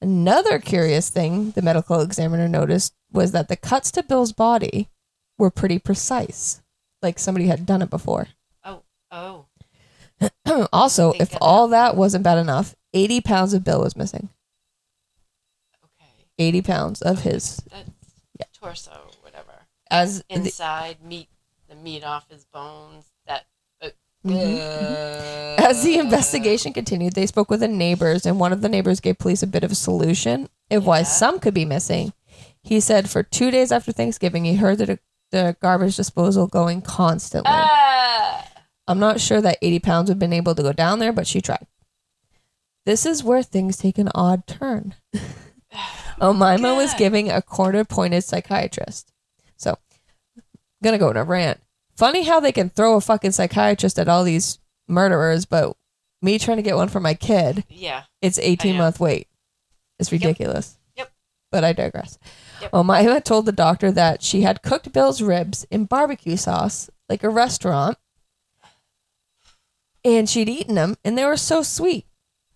[SPEAKER 1] Another curious thing the medical examiner noticed was that the cuts to Bill's body were pretty precise, like somebody had done it before.
[SPEAKER 2] Oh, oh.
[SPEAKER 1] also,
[SPEAKER 2] Think
[SPEAKER 1] if
[SPEAKER 2] of
[SPEAKER 1] all that wasn't bad enough, 80 pounds of Bill was missing.
[SPEAKER 2] Okay.
[SPEAKER 1] 80 pounds of his.
[SPEAKER 2] That's torso, whatever.
[SPEAKER 1] As the,
[SPEAKER 2] Inside, meat, the meat off his bones. That. Uh,
[SPEAKER 1] Mm-hmm, As the investigation continued, they spoke with the neighbors, and one of the neighbors gave police a bit of a solution of why
[SPEAKER 2] Yeah.
[SPEAKER 1] some could be missing. He said for two days after Thanksgiving, he heard the, the garbage disposal going constantly.
[SPEAKER 2] Ah!
[SPEAKER 1] I'm not sure that 80 pounds would have been able to go down there, but she tried. This is where things take an odd turn. Omaima was
[SPEAKER 2] God.
[SPEAKER 1] giving a court appointed psychiatrist. So, gonna go on a rant. Funny how they can throw a fucking psychiatrist at all these murderers, but me trying to get one for my kid,
[SPEAKER 2] yeah.
[SPEAKER 1] it's 18
[SPEAKER 2] know.
[SPEAKER 1] month wait. It's ridiculous.
[SPEAKER 2] Yep.
[SPEAKER 1] But I digress.
[SPEAKER 2] Yep.
[SPEAKER 1] Omaima told the doctor that she had cooked Bill's ribs in barbecue sauce, like a restaurant, and she'd eaten them, and they were so sweet.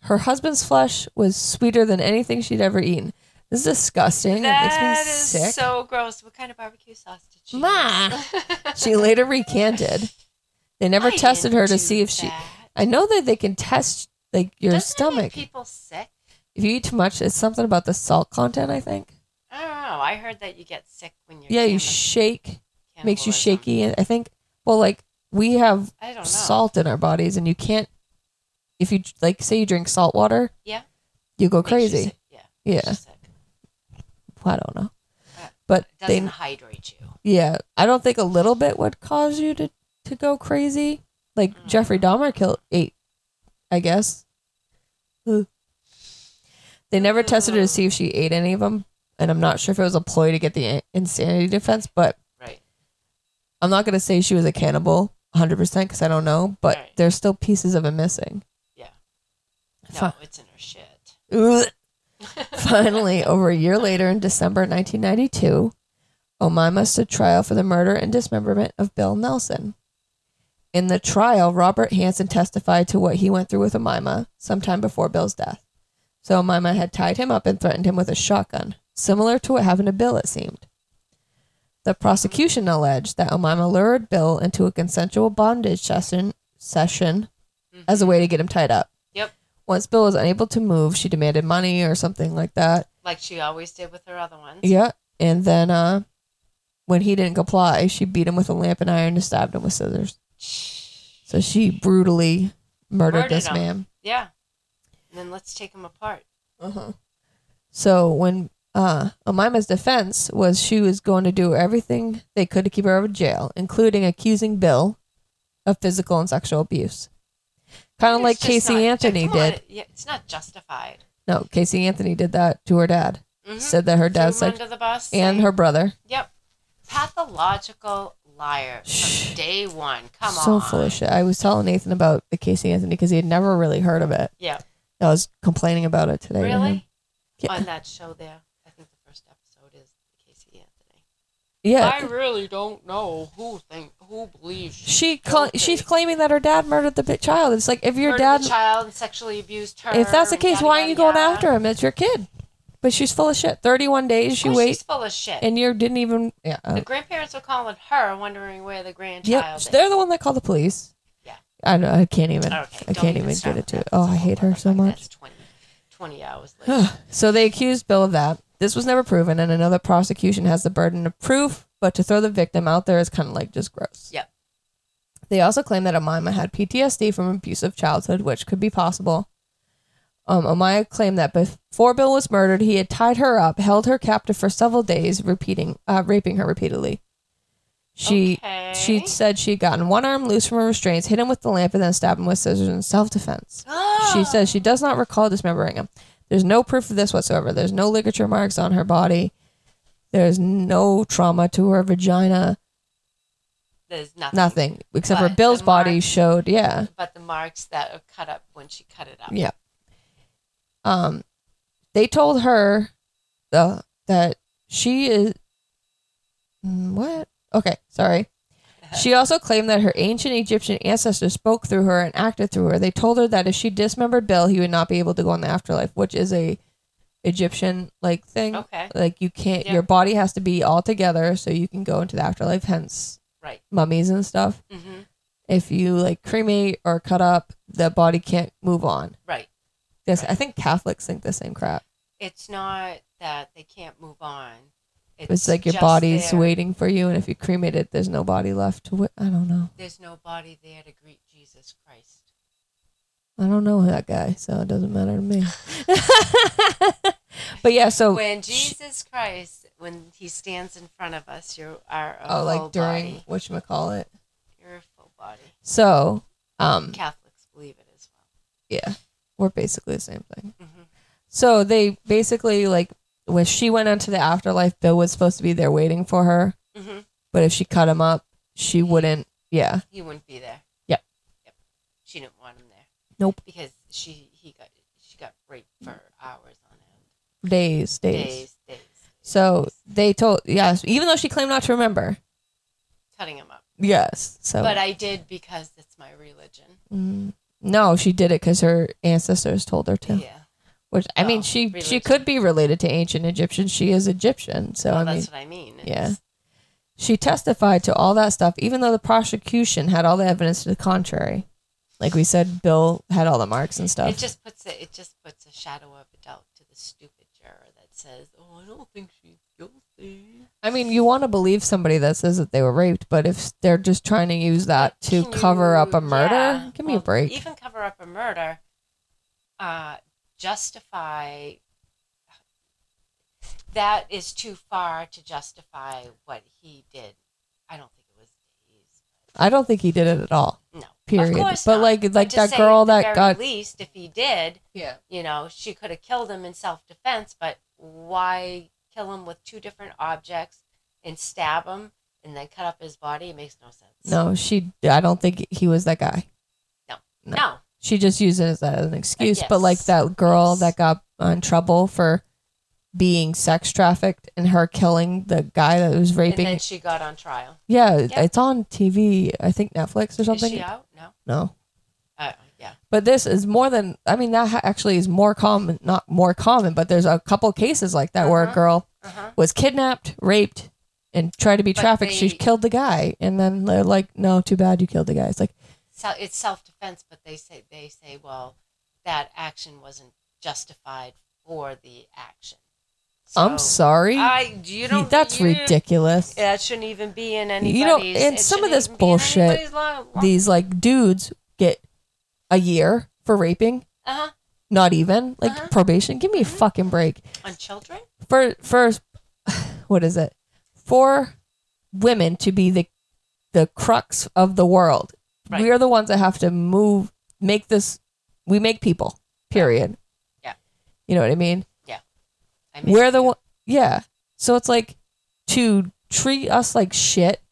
[SPEAKER 1] Her husband's flesh was sweeter than anything she'd ever eaten. This is disgusting. it
[SPEAKER 2] That
[SPEAKER 1] makes me
[SPEAKER 2] is
[SPEAKER 1] sick.
[SPEAKER 2] so gross. What kind of barbecue sauce did she?
[SPEAKER 1] Ma.
[SPEAKER 2] use?
[SPEAKER 1] she later recanted. They never
[SPEAKER 2] I
[SPEAKER 1] tested
[SPEAKER 2] didn't
[SPEAKER 1] her to
[SPEAKER 2] do
[SPEAKER 1] see if she.
[SPEAKER 2] that.
[SPEAKER 1] I know that they can test like your
[SPEAKER 2] Doesn't it make
[SPEAKER 1] stomach.
[SPEAKER 2] people sick.
[SPEAKER 1] if you eat too much, it's something about the salt content. I think.
[SPEAKER 2] I don't know. I heard that you get sick when you're.
[SPEAKER 1] yeah, you
[SPEAKER 2] cannibal-
[SPEAKER 1] shake. Makes you
[SPEAKER 2] cannibalism.
[SPEAKER 1] shaky, and I think. Well, like we have
[SPEAKER 2] I don't know.
[SPEAKER 1] salt in our bodies, and you can't. If you like, say you drink salt water,
[SPEAKER 2] Yeah.
[SPEAKER 1] you go
[SPEAKER 2] makes you
[SPEAKER 1] crazy.
[SPEAKER 2] sick. Yeah. makes
[SPEAKER 1] Yeah,
[SPEAKER 2] you sick.
[SPEAKER 1] I don't know,
[SPEAKER 2] Uh,
[SPEAKER 1] but
[SPEAKER 2] It doesn't
[SPEAKER 1] they
[SPEAKER 2] hydrate you.
[SPEAKER 1] Yeah, I don't think a little bit would cause you to to go crazy. Like
[SPEAKER 2] Mm.
[SPEAKER 1] Jeffrey Dahmer killed eight, I guess. Ugh. They never tested her to see if she ate any of them, and I'm not sure if it was a ploy to get the in- insanity defense. But
[SPEAKER 2] Right.
[SPEAKER 1] I'm not gonna say she was a cannibal 100 percent because I don't know. But
[SPEAKER 2] Right.
[SPEAKER 1] there's still pieces of it missing.
[SPEAKER 2] Yeah. No,
[SPEAKER 1] Fi-
[SPEAKER 2] it's in her shit.
[SPEAKER 1] Ugh. Finally, over a year later in December 1992, Omaima stood trial for the murder and dismemberment of Bill Nelson. In the trial, Robert Hansen testified to what he went through with Omaima sometime before Bill's death. So Omaima had tied him up and threatened him with a shotgun, similar to what happened to Bill, it seemed. The prosecution alleged that Omaima lured Bill into a consensual bondage session, session as a way to get him tied up.
[SPEAKER 2] Yep.
[SPEAKER 1] Once Bill was unable to move, she demanded money or something like that.
[SPEAKER 2] Like she always did with her other ones.
[SPEAKER 1] Yeah. And then uh when he didn't comply, she beat him with a lamp and iron and stabbed him with scissors. So she brutally murdered,
[SPEAKER 2] Murdered
[SPEAKER 1] this
[SPEAKER 2] him.
[SPEAKER 1] man.
[SPEAKER 2] Yeah. And then let's take them apart.
[SPEAKER 1] Uh-huh. So when uh Omima's defense was she was going to do everything they could to keep her out of jail, including accusing Bill of physical and sexual abuse. Kind of
[SPEAKER 2] It's
[SPEAKER 1] like
[SPEAKER 2] just
[SPEAKER 1] Casey
[SPEAKER 2] not-
[SPEAKER 1] Anthony
[SPEAKER 2] come on,
[SPEAKER 1] did.
[SPEAKER 2] it- yeah, it's not justified.
[SPEAKER 1] No, Casey Anthony did that to her dad.
[SPEAKER 2] Mhm.
[SPEAKER 1] Said that her
[SPEAKER 2] Threw
[SPEAKER 1] dad's
[SPEAKER 2] him
[SPEAKER 1] like
[SPEAKER 2] under the bus
[SPEAKER 1] and her brother.
[SPEAKER 2] Yep. Pathological liar
[SPEAKER 1] Shh.
[SPEAKER 2] from day one. Come
[SPEAKER 1] so
[SPEAKER 2] on.
[SPEAKER 1] full of shit. I was telling Nathan about the Casey Anthony because he had never really heard of it.
[SPEAKER 2] Yeah.
[SPEAKER 1] I was complaining about it today. to him.
[SPEAKER 2] Really?
[SPEAKER 1] Yeah.
[SPEAKER 2] On that show there. I think the first episode is Casey Anthony.
[SPEAKER 1] Yeah.
[SPEAKER 2] I really don't know who think who believes
[SPEAKER 1] she cla she's claiming that her dad murdered the big child. It's like if your
[SPEAKER 2] Murdered
[SPEAKER 1] dad,
[SPEAKER 2] the child and sexually abused her.
[SPEAKER 1] if that's the case, why aren't you going
[SPEAKER 2] her?
[SPEAKER 1] after him? It's your kid. But she's full of shit. Thirty-one days she
[SPEAKER 2] Well,
[SPEAKER 1] waits,
[SPEAKER 2] She's full of shit.
[SPEAKER 1] and you didn't even. Yeah. um,
[SPEAKER 2] the grandparents were calling her, wondering where the grandchild
[SPEAKER 1] Yep.
[SPEAKER 2] is.
[SPEAKER 1] They're the one that called the police.
[SPEAKER 2] Yeah.
[SPEAKER 1] I don't. I can't even.
[SPEAKER 2] Okay,
[SPEAKER 1] I
[SPEAKER 2] don't
[SPEAKER 1] can't even
[SPEAKER 2] start
[SPEAKER 1] get it
[SPEAKER 2] with
[SPEAKER 1] to.
[SPEAKER 2] that.
[SPEAKER 1] Oh,
[SPEAKER 2] That's
[SPEAKER 1] I
[SPEAKER 2] a
[SPEAKER 1] hate
[SPEAKER 2] whole
[SPEAKER 1] her so
[SPEAKER 2] other thing.
[SPEAKER 1] much.
[SPEAKER 2] That's 20, 20 hours later.
[SPEAKER 1] so they accused Bill of that. This was never proven, and another prosecution has the burden of proof, but to throw the victim out there is kind of like just gross.
[SPEAKER 2] Yep.
[SPEAKER 1] They also claim that Amima had PTSD from abusive childhood, which could be possible. Um, Amaya claimed that before Bill was murdered, he had tied her up, held her captive for several days, repeating, uh, raping her repeatedly. She
[SPEAKER 2] okay.
[SPEAKER 1] she said she'd gotten one arm loose from her restraints, hit him with the lamp, and then stabbed him with scissors in self defense. She says she does not recall dismembering him. There's no proof of this whatsoever. There's no ligature marks on her body. There's no trauma to her vagina.
[SPEAKER 2] there's nothing.
[SPEAKER 1] Nothing except for
[SPEAKER 2] But
[SPEAKER 1] Bill's
[SPEAKER 2] the
[SPEAKER 1] body
[SPEAKER 2] marks-
[SPEAKER 1] showed. Yeah,
[SPEAKER 2] But the marks that are cut up when she cut it up.
[SPEAKER 1] yeah. Um, they told her the that she is Mm, what? Okay, sorry. She also claimed that her ancient Egyptian ancestors spoke through her and acted through her. They told her that if she dismembered Bill, he would not be able to go in the afterlife, which is a Egyptian like thing.
[SPEAKER 2] Okay.
[SPEAKER 1] Like you can't
[SPEAKER 2] Yeah.
[SPEAKER 1] your body has to be all together so you can go into the afterlife, hence
[SPEAKER 2] Right.
[SPEAKER 1] mummies and stuff.
[SPEAKER 2] Mm-hmm.
[SPEAKER 1] If you like cremate or cut up, the body can't move on.
[SPEAKER 2] Right.
[SPEAKER 1] Yes, I think Catholics think the same crap.
[SPEAKER 2] It's not that they can't move on. It's,
[SPEAKER 1] It's, like your
[SPEAKER 2] just
[SPEAKER 1] body's
[SPEAKER 2] there.
[SPEAKER 1] waiting for you, and if you cremate it, there's no body left to. Wi- I don't know.
[SPEAKER 2] There's no body there to greet Jesus Christ.
[SPEAKER 1] I don't know that guy, so it doesn't matter to me. but yeah, so
[SPEAKER 2] when Jesus Christ, when he stands in front of us, you are a
[SPEAKER 1] oh,
[SPEAKER 2] full
[SPEAKER 1] like during
[SPEAKER 2] body.
[SPEAKER 1] what call it.
[SPEAKER 2] You're a full body.
[SPEAKER 1] So, um,
[SPEAKER 2] Catholics believe it as
[SPEAKER 1] yeah, we're basically the same thing.
[SPEAKER 2] well. hmm
[SPEAKER 1] So they basically like when she went into the afterlife, Bill was supposed to be there waiting for her,
[SPEAKER 2] hmm
[SPEAKER 1] but if she cut him up, she wouldn't. Yeah,
[SPEAKER 2] He wouldn't be there.
[SPEAKER 1] Yep.
[SPEAKER 2] Yep. She didn't want him there.
[SPEAKER 1] Nope.
[SPEAKER 2] Because she he got she got raped for hours on end.
[SPEAKER 1] days, days.
[SPEAKER 2] Days, days.
[SPEAKER 1] So
[SPEAKER 2] days.
[SPEAKER 1] they told yes, even though she claimed not to remember.
[SPEAKER 2] cutting him up.
[SPEAKER 1] Yes. So
[SPEAKER 2] But I did because it's my religion.
[SPEAKER 1] Mm. No, she did it because her ancestors told her to.
[SPEAKER 2] Yeah. Oh,
[SPEAKER 1] Which I mean,
[SPEAKER 2] Well,
[SPEAKER 1] she she
[SPEAKER 2] religion.
[SPEAKER 1] could be related to ancient Egyptians. She is Egyptian, so
[SPEAKER 2] well,
[SPEAKER 1] I
[SPEAKER 2] Oh, that's
[SPEAKER 1] mean,
[SPEAKER 2] what I mean.
[SPEAKER 1] yeah.
[SPEAKER 2] It's-
[SPEAKER 1] she testified to all that stuff, even though the prosecution had all the evidence to the contrary. Like we said, Bill had all the marks and stuff.
[SPEAKER 2] It just puts a, it just puts a shadow of a doubt to the stupid juror that says, "Oh, I don't think she's guilty."
[SPEAKER 1] I mean, you want to believe somebody that says that they were raped, but if they're just trying to use that to
[SPEAKER 2] Can
[SPEAKER 1] cover up
[SPEAKER 2] you-
[SPEAKER 1] a murder,
[SPEAKER 2] yeah,
[SPEAKER 1] give me
[SPEAKER 2] well,
[SPEAKER 1] a break.
[SPEAKER 2] Even cover up a murder, uh, justify that is too far to justify what he did. I don't think it was days.
[SPEAKER 1] I don't think he did it at all.
[SPEAKER 2] No,
[SPEAKER 1] Period.
[SPEAKER 2] Of course
[SPEAKER 1] But
[SPEAKER 2] not.
[SPEAKER 1] like- like
[SPEAKER 2] just
[SPEAKER 1] that
[SPEAKER 2] say
[SPEAKER 1] girl
[SPEAKER 2] at the
[SPEAKER 1] that
[SPEAKER 2] very
[SPEAKER 1] got-
[SPEAKER 2] least, if he did,
[SPEAKER 3] Yeah.
[SPEAKER 2] you know, she could have killed him in self defense, but why kill him with two different objects and stab him and then cut up his body? It makes no sense.
[SPEAKER 1] No, she. I don't think he was that guy. no.
[SPEAKER 2] No.
[SPEAKER 1] she just used it as, that, as an excuse. But like
[SPEAKER 2] Uh, yes,
[SPEAKER 1] that girl
[SPEAKER 2] yes.
[SPEAKER 1] that got in trouble for being sex trafficked and her killing the guy that was raping.
[SPEAKER 2] And then she got on trial.
[SPEAKER 1] yeah,
[SPEAKER 2] Yeah.
[SPEAKER 1] it's on TV. I think Netflix or something.
[SPEAKER 2] Is she out? No.
[SPEAKER 1] No,
[SPEAKER 2] Uh, yeah.
[SPEAKER 1] but this is more than. I mean, that ha- actually is more common. Not more common, but there's a couple cases like that where a
[SPEAKER 2] Uh-huh.
[SPEAKER 1] girl
[SPEAKER 2] Uh huh.
[SPEAKER 1] was kidnapped, raped, and tried to be
[SPEAKER 2] But
[SPEAKER 1] trafficked. she
[SPEAKER 2] they-
[SPEAKER 1] killed the guy, and then they're like, "No, too bad, you killed the guy." It's like,
[SPEAKER 2] So it's self defense, but they say they say, well, that action wasn't justified for the action.
[SPEAKER 1] "I'm
[SPEAKER 2] So-
[SPEAKER 1] sorry,
[SPEAKER 2] I you don't.
[SPEAKER 1] that's
[SPEAKER 2] you-
[SPEAKER 1] ridiculous."
[SPEAKER 2] That shouldn't even be in anybody's.
[SPEAKER 1] You know, and
[SPEAKER 2] it
[SPEAKER 1] some of
[SPEAKER 2] shouldn't
[SPEAKER 1] this
[SPEAKER 2] even be in
[SPEAKER 1] bullshit,
[SPEAKER 2] anybody's law- law.
[SPEAKER 1] these like dudes get a year for raping
[SPEAKER 2] uh-huh.
[SPEAKER 1] not even like
[SPEAKER 2] Uh-huh.
[SPEAKER 1] probation give me a fucking break
[SPEAKER 2] on children.
[SPEAKER 1] for for what is it for women to be the the crux of the world
[SPEAKER 2] Right.
[SPEAKER 1] we are the ones that have to move make this we make people period
[SPEAKER 2] Yeah.
[SPEAKER 1] you know what i mean
[SPEAKER 2] I mean,
[SPEAKER 1] we're the
[SPEAKER 2] yeah.
[SPEAKER 1] one yeah so it's like to treat us like shit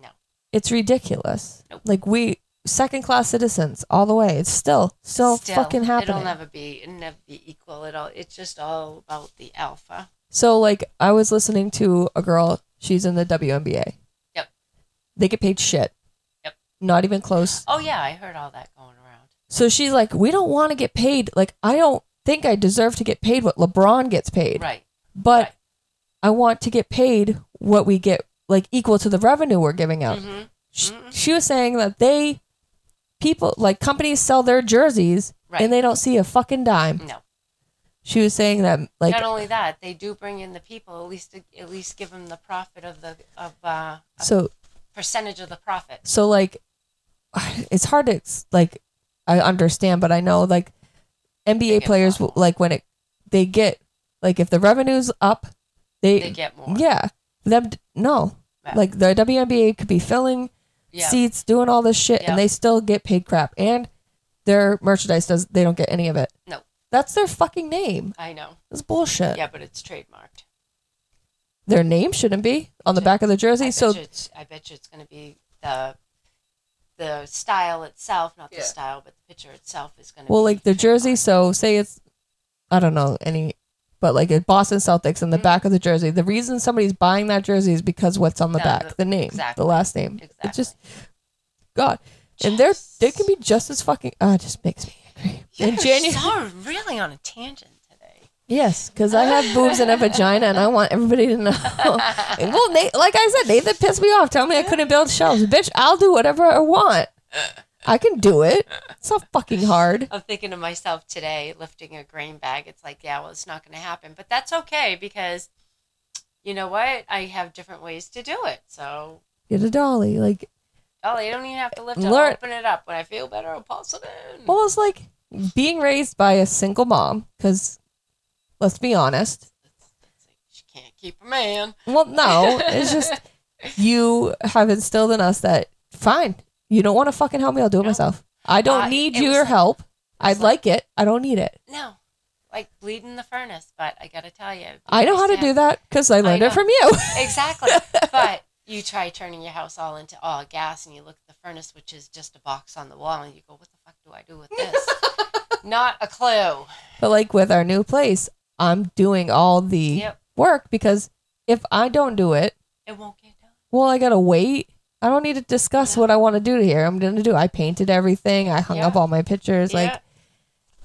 [SPEAKER 2] No.
[SPEAKER 1] it's ridiculous
[SPEAKER 2] Nope.
[SPEAKER 1] like we second class citizens all the way it's still still, fucking happening
[SPEAKER 2] It'll never be it'll never be equal at all. It's just all about the alpha.
[SPEAKER 1] so like i was listening to a girl she's in the WNBA
[SPEAKER 2] Yep.
[SPEAKER 1] they get paid shit
[SPEAKER 2] Yep.
[SPEAKER 1] not even close
[SPEAKER 2] Oh yeah, I heard all that going around.
[SPEAKER 1] so she's like we don't want to get paid like i don't think i deserve to get paid what lebron gets paid
[SPEAKER 2] Right.
[SPEAKER 1] but
[SPEAKER 2] Right.
[SPEAKER 1] i want to get paid what we get like equal to the revenue we're giving out
[SPEAKER 2] hmm
[SPEAKER 1] Sh
[SPEAKER 2] Mhm.
[SPEAKER 1] she was saying that they people like companies sell their jerseys
[SPEAKER 2] Right. Mm.
[SPEAKER 1] and they don't see a fucking dime
[SPEAKER 2] No.
[SPEAKER 1] she was saying that like
[SPEAKER 2] Not only that, they do bring in the people. At least at least give them the profit of the of uh, a
[SPEAKER 1] so
[SPEAKER 2] percentage of the profit.
[SPEAKER 1] so like it's hard to ex- like i understand but i know like
[SPEAKER 2] They
[SPEAKER 1] nba
[SPEAKER 2] get
[SPEAKER 1] players
[SPEAKER 2] more.
[SPEAKER 1] like when it they get like if the revenue's up they,
[SPEAKER 2] They get more.
[SPEAKER 1] yeah them no
[SPEAKER 2] Yeah.
[SPEAKER 1] Like the WNBA could be filling
[SPEAKER 2] Yeah.
[SPEAKER 1] seats, doing all this shit,
[SPEAKER 2] Yeah.
[SPEAKER 1] and they still get paid crap. And their merchandise does they don't get any of it.
[SPEAKER 2] No.
[SPEAKER 1] That's their fucking name.
[SPEAKER 2] I know.
[SPEAKER 1] It's bullshit.
[SPEAKER 2] Yeah, but it's trademarked.
[SPEAKER 1] Their name shouldn't be on the
[SPEAKER 2] Should-
[SPEAKER 1] back of the
[SPEAKER 2] I
[SPEAKER 1] jersey.
[SPEAKER 2] bet,
[SPEAKER 1] So
[SPEAKER 2] you it's, I bet you it's going to be the the style itself, not
[SPEAKER 3] Yeah.
[SPEAKER 2] the style, but the picture itself is going to
[SPEAKER 1] well
[SPEAKER 2] be
[SPEAKER 1] like the jersey,
[SPEAKER 2] trademarked.
[SPEAKER 1] so say it's I don't know any but like at Boston Celtics in
[SPEAKER 2] Mm-hmm.
[SPEAKER 1] the back of the jersey, the reason somebody's buying that jersey is because what's on the
[SPEAKER 2] Yeah,
[SPEAKER 1] back,
[SPEAKER 2] the-
[SPEAKER 1] the name,
[SPEAKER 2] exactly.
[SPEAKER 1] the last name.
[SPEAKER 2] Exactly.
[SPEAKER 1] It's just God. And they're they
[SPEAKER 2] Just-
[SPEAKER 1] can be just as fucking ah, it just makes me angry.
[SPEAKER 2] You're
[SPEAKER 1] In January
[SPEAKER 2] so really on a tangent today.
[SPEAKER 1] Yes, because I have boobs and a vagina, and I want everybody to know. And, well, Nate, like I said, Nathan pissed me off. Tell me I couldn't build shelves, bitch. I'll do whatever I want. I can do it. It's not fucking hard.
[SPEAKER 2] I'm thinking to myself today, lifting a grain bag. It's like, yeah, well, it's not going to happen, but that's okay because you know what? I have different ways to do it. So,
[SPEAKER 1] Get a dolly, like
[SPEAKER 2] oh, you don't even have to lift it.
[SPEAKER 1] Learn- Oh.
[SPEAKER 2] I'll open it up when I feel better. I'll pulse it in.
[SPEAKER 1] well, it's like being raised by a single mom. Because let's be honest.
[SPEAKER 2] It's like, she can't keep a man.
[SPEAKER 1] Well, no, it's just you have instilled in us that fine. You don't want to fucking help me. I'll do it
[SPEAKER 2] No.
[SPEAKER 1] myself. I don't
[SPEAKER 2] I-
[SPEAKER 1] need
[SPEAKER 2] it was
[SPEAKER 1] your
[SPEAKER 2] like-
[SPEAKER 1] help. I'd
[SPEAKER 2] was like-
[SPEAKER 1] like it. I don't need it.
[SPEAKER 2] No, like bleeding the furnace. But I got to tell you,
[SPEAKER 1] I know how to do that because I learned
[SPEAKER 2] know.
[SPEAKER 1] it from you.
[SPEAKER 2] exactly. But you try turning your house all into all gas, and you look at the furnace, which is just a box on the wall, and you go, "What the fuck do I do with this?" Not a clue.
[SPEAKER 1] But like with our new place, I'm doing all the
[SPEAKER 2] Yep.
[SPEAKER 1] work because if I don't do it,
[SPEAKER 2] It won't get done.
[SPEAKER 1] well, I gotta wait. I don't need to discuss what I want to do here. I'm gonna do. I painted everything. I hung
[SPEAKER 2] Yeah.
[SPEAKER 1] up all my pictures.
[SPEAKER 2] Yeah.
[SPEAKER 1] Like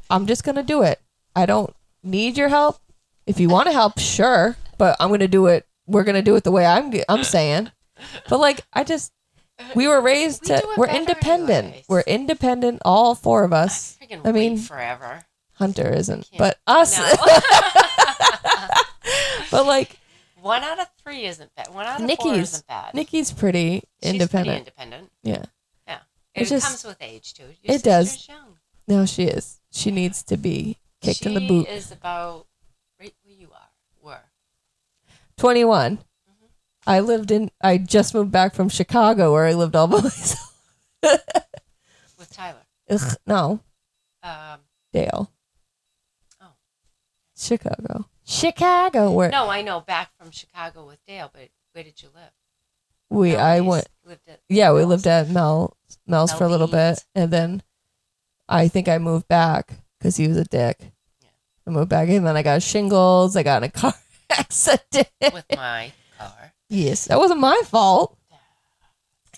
[SPEAKER 1] I'm just gonna do it. I don't need your help. If you want to help, sure, but I'm gonna do it. We're gonna do it the way I'm g- I'm saying. But like I just, we were raised
[SPEAKER 2] We
[SPEAKER 1] to.
[SPEAKER 2] do it
[SPEAKER 1] We're
[SPEAKER 2] better
[SPEAKER 1] independent.
[SPEAKER 2] anyways.
[SPEAKER 1] We're independent. All four of
[SPEAKER 2] I
[SPEAKER 1] us.
[SPEAKER 2] freaking
[SPEAKER 1] I mean-
[SPEAKER 2] wait forever.
[SPEAKER 1] Hunter isn't,
[SPEAKER 2] Can't-
[SPEAKER 1] but us.
[SPEAKER 2] No.
[SPEAKER 1] But like
[SPEAKER 2] One out of three isn't bad. One out of four
[SPEAKER 1] Nikki's-
[SPEAKER 2] isn't bad.
[SPEAKER 1] Nikki's pretty
[SPEAKER 2] She's pretty
[SPEAKER 1] independent.
[SPEAKER 2] independent.
[SPEAKER 1] Yeah.
[SPEAKER 2] It,
[SPEAKER 1] It just-
[SPEAKER 2] comes with age too. Your
[SPEAKER 1] it does.
[SPEAKER 2] sister's Young.
[SPEAKER 1] No, she is. She needs to be kicked in the
[SPEAKER 2] She
[SPEAKER 1] boot.
[SPEAKER 2] is about right where you are. Were.
[SPEAKER 1] 21.
[SPEAKER 2] Mm-hmm.
[SPEAKER 1] I lived in, I just moved back from Chicago where I lived all by myself.
[SPEAKER 2] With Tyler.
[SPEAKER 1] Ugh, no,
[SPEAKER 2] Um,
[SPEAKER 1] Dale.
[SPEAKER 2] Oh.
[SPEAKER 1] Chicago. Chicago, where
[SPEAKER 2] no, I know back from Chicago with Dale, but where did you live?
[SPEAKER 1] we,
[SPEAKER 2] No,
[SPEAKER 1] I
[SPEAKER 2] you
[SPEAKER 1] went,
[SPEAKER 2] s- Lived at
[SPEAKER 1] yeah, we
[SPEAKER 2] Mel's.
[SPEAKER 1] lived at Mel, Mel's for a little bit.
[SPEAKER 2] Melby's.
[SPEAKER 1] And then I think I moved back because he was a dick.
[SPEAKER 2] Yeah.
[SPEAKER 1] I moved back and then I got shingles. I got in a car accident.
[SPEAKER 2] with my car.
[SPEAKER 1] Yes, that wasn't my fault.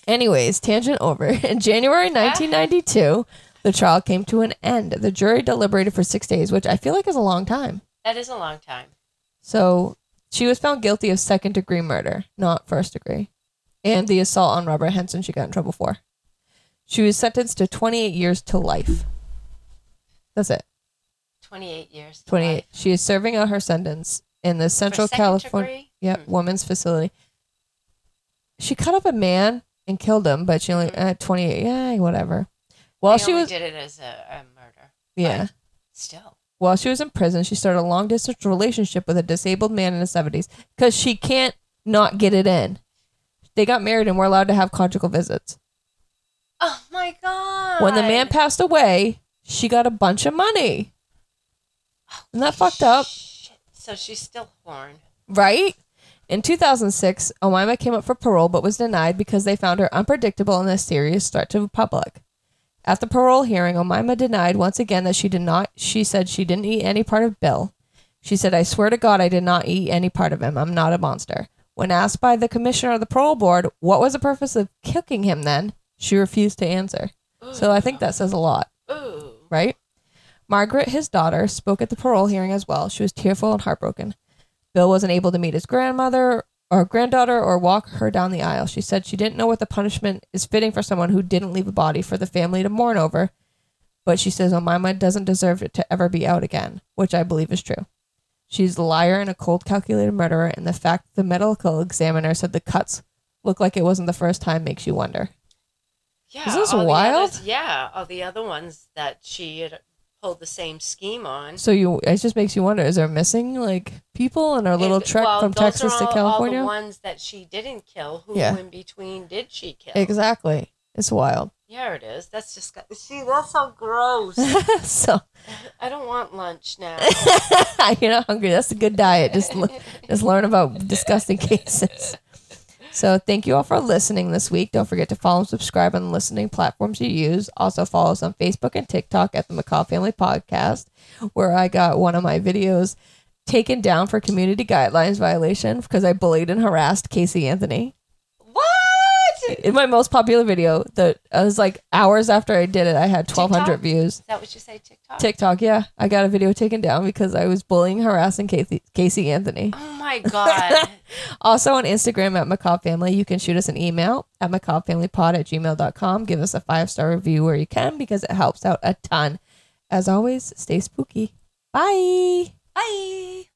[SPEAKER 1] Anyways, tangent over. In January 1992, the trial came to an end. The jury deliberated for six days, which I feel like is a long time.
[SPEAKER 2] That is a long time.
[SPEAKER 1] So she was found guilty of second degree murder, not first degree, and the assault on Robert Henson she got in trouble for. She was sentenced to 28 years to life. That's it.
[SPEAKER 2] Twenty eight years. to
[SPEAKER 1] 28.
[SPEAKER 2] life.
[SPEAKER 1] She is serving out her sentence in the
[SPEAKER 2] For
[SPEAKER 1] Central
[SPEAKER 2] second
[SPEAKER 1] California.
[SPEAKER 2] degree?
[SPEAKER 1] Yeah,
[SPEAKER 2] Hmm.
[SPEAKER 1] woman's facility. She cut up a man and killed him, but she only uh, twenty eight. Yeah, whatever. While
[SPEAKER 2] Hmm. They
[SPEAKER 1] she
[SPEAKER 2] only
[SPEAKER 1] was
[SPEAKER 2] did it as a, a murder.
[SPEAKER 1] yeah,
[SPEAKER 2] Still.
[SPEAKER 1] while she was in prison, she started a long distance relationship with a disabled man in his seventies because she can't not get it in. They got married and were allowed to have conjugal visits.
[SPEAKER 2] Oh my god.
[SPEAKER 1] When the man passed away, she got a bunch of money. Isn't that fucked up?
[SPEAKER 2] Shit. So she's still horn.
[SPEAKER 1] Right? In 2006, Omaima came up for parole but was denied because they found her unpredictable and a serious threat to the public. At the parole hearing, Omaima denied once again that she did not. She said she didn't eat any part of Bill. She said, "I swear to God, I did not eat any part of him. I'm not a monster." When asked by the commissioner of the parole board what was the purpose of kicking him, then she refused to answer. So I think that says a lot
[SPEAKER 2] Ooh.
[SPEAKER 1] right? Margaret, his daughter, spoke at the parole hearing as well. She was tearful and heartbroken. Bill wasn't able to meet his grandmother or granddaughter or walk her down the aisle. She said she didn't know what the punishment is fitting for someone who didn't leave a body for the family to mourn over, but she says Omaima doesn't deserve it to ever be out again, which I believe is true. She's a liar and a cold, calculated murderer, and the fact the medical examiner said the cuts look like it wasn't the first time makes you wonder.
[SPEAKER 2] Yeah.
[SPEAKER 1] Is this
[SPEAKER 2] all the
[SPEAKER 1] wild?
[SPEAKER 2] others- yeah. All the other ones that she had pulled the same scheme on.
[SPEAKER 1] So you, it just makes you wonder: is there missing like people in our little
[SPEAKER 2] It-
[SPEAKER 1] trek
[SPEAKER 2] well,
[SPEAKER 1] from
[SPEAKER 2] those
[SPEAKER 1] Texas
[SPEAKER 2] are
[SPEAKER 1] to
[SPEAKER 2] all-
[SPEAKER 1] California?
[SPEAKER 2] All the ones that she didn't kill. Who
[SPEAKER 1] Yeah.
[SPEAKER 2] in between did she kill?
[SPEAKER 1] exactly. It's wild.
[SPEAKER 2] Here it is. That's just see. That's so gross.
[SPEAKER 1] so
[SPEAKER 2] I don't want lunch now.
[SPEAKER 1] you're not hungry. That's a good diet. Just l- just learn about disgusting cases. So thank you all for listening this week. Don't forget to follow and subscribe on the listening platforms you use. Also follow us on Facebook and TikTok at the McCall Family Podcast, where I got one of my videos taken down for community guidelines violation because I bullied and harassed Casey Anthony.
[SPEAKER 2] what?
[SPEAKER 1] In my most popular video, that I was like hours after I did it, I had twelve hundred
[SPEAKER 2] TikTok?
[SPEAKER 1] views.
[SPEAKER 2] Is that what you say, TikTok?
[SPEAKER 1] TikTok, yeah, I got a video taken down because I was bullying, harassing Casey, Casey Anthony.
[SPEAKER 2] Oh my god.
[SPEAKER 1] Also on Instagram at Macabre Family, you can shoot us an email at macabfamilypod at gmail.com. Give us a five star review where you can because it helps out a ton. As always, stay spooky. Bye.
[SPEAKER 2] Bye.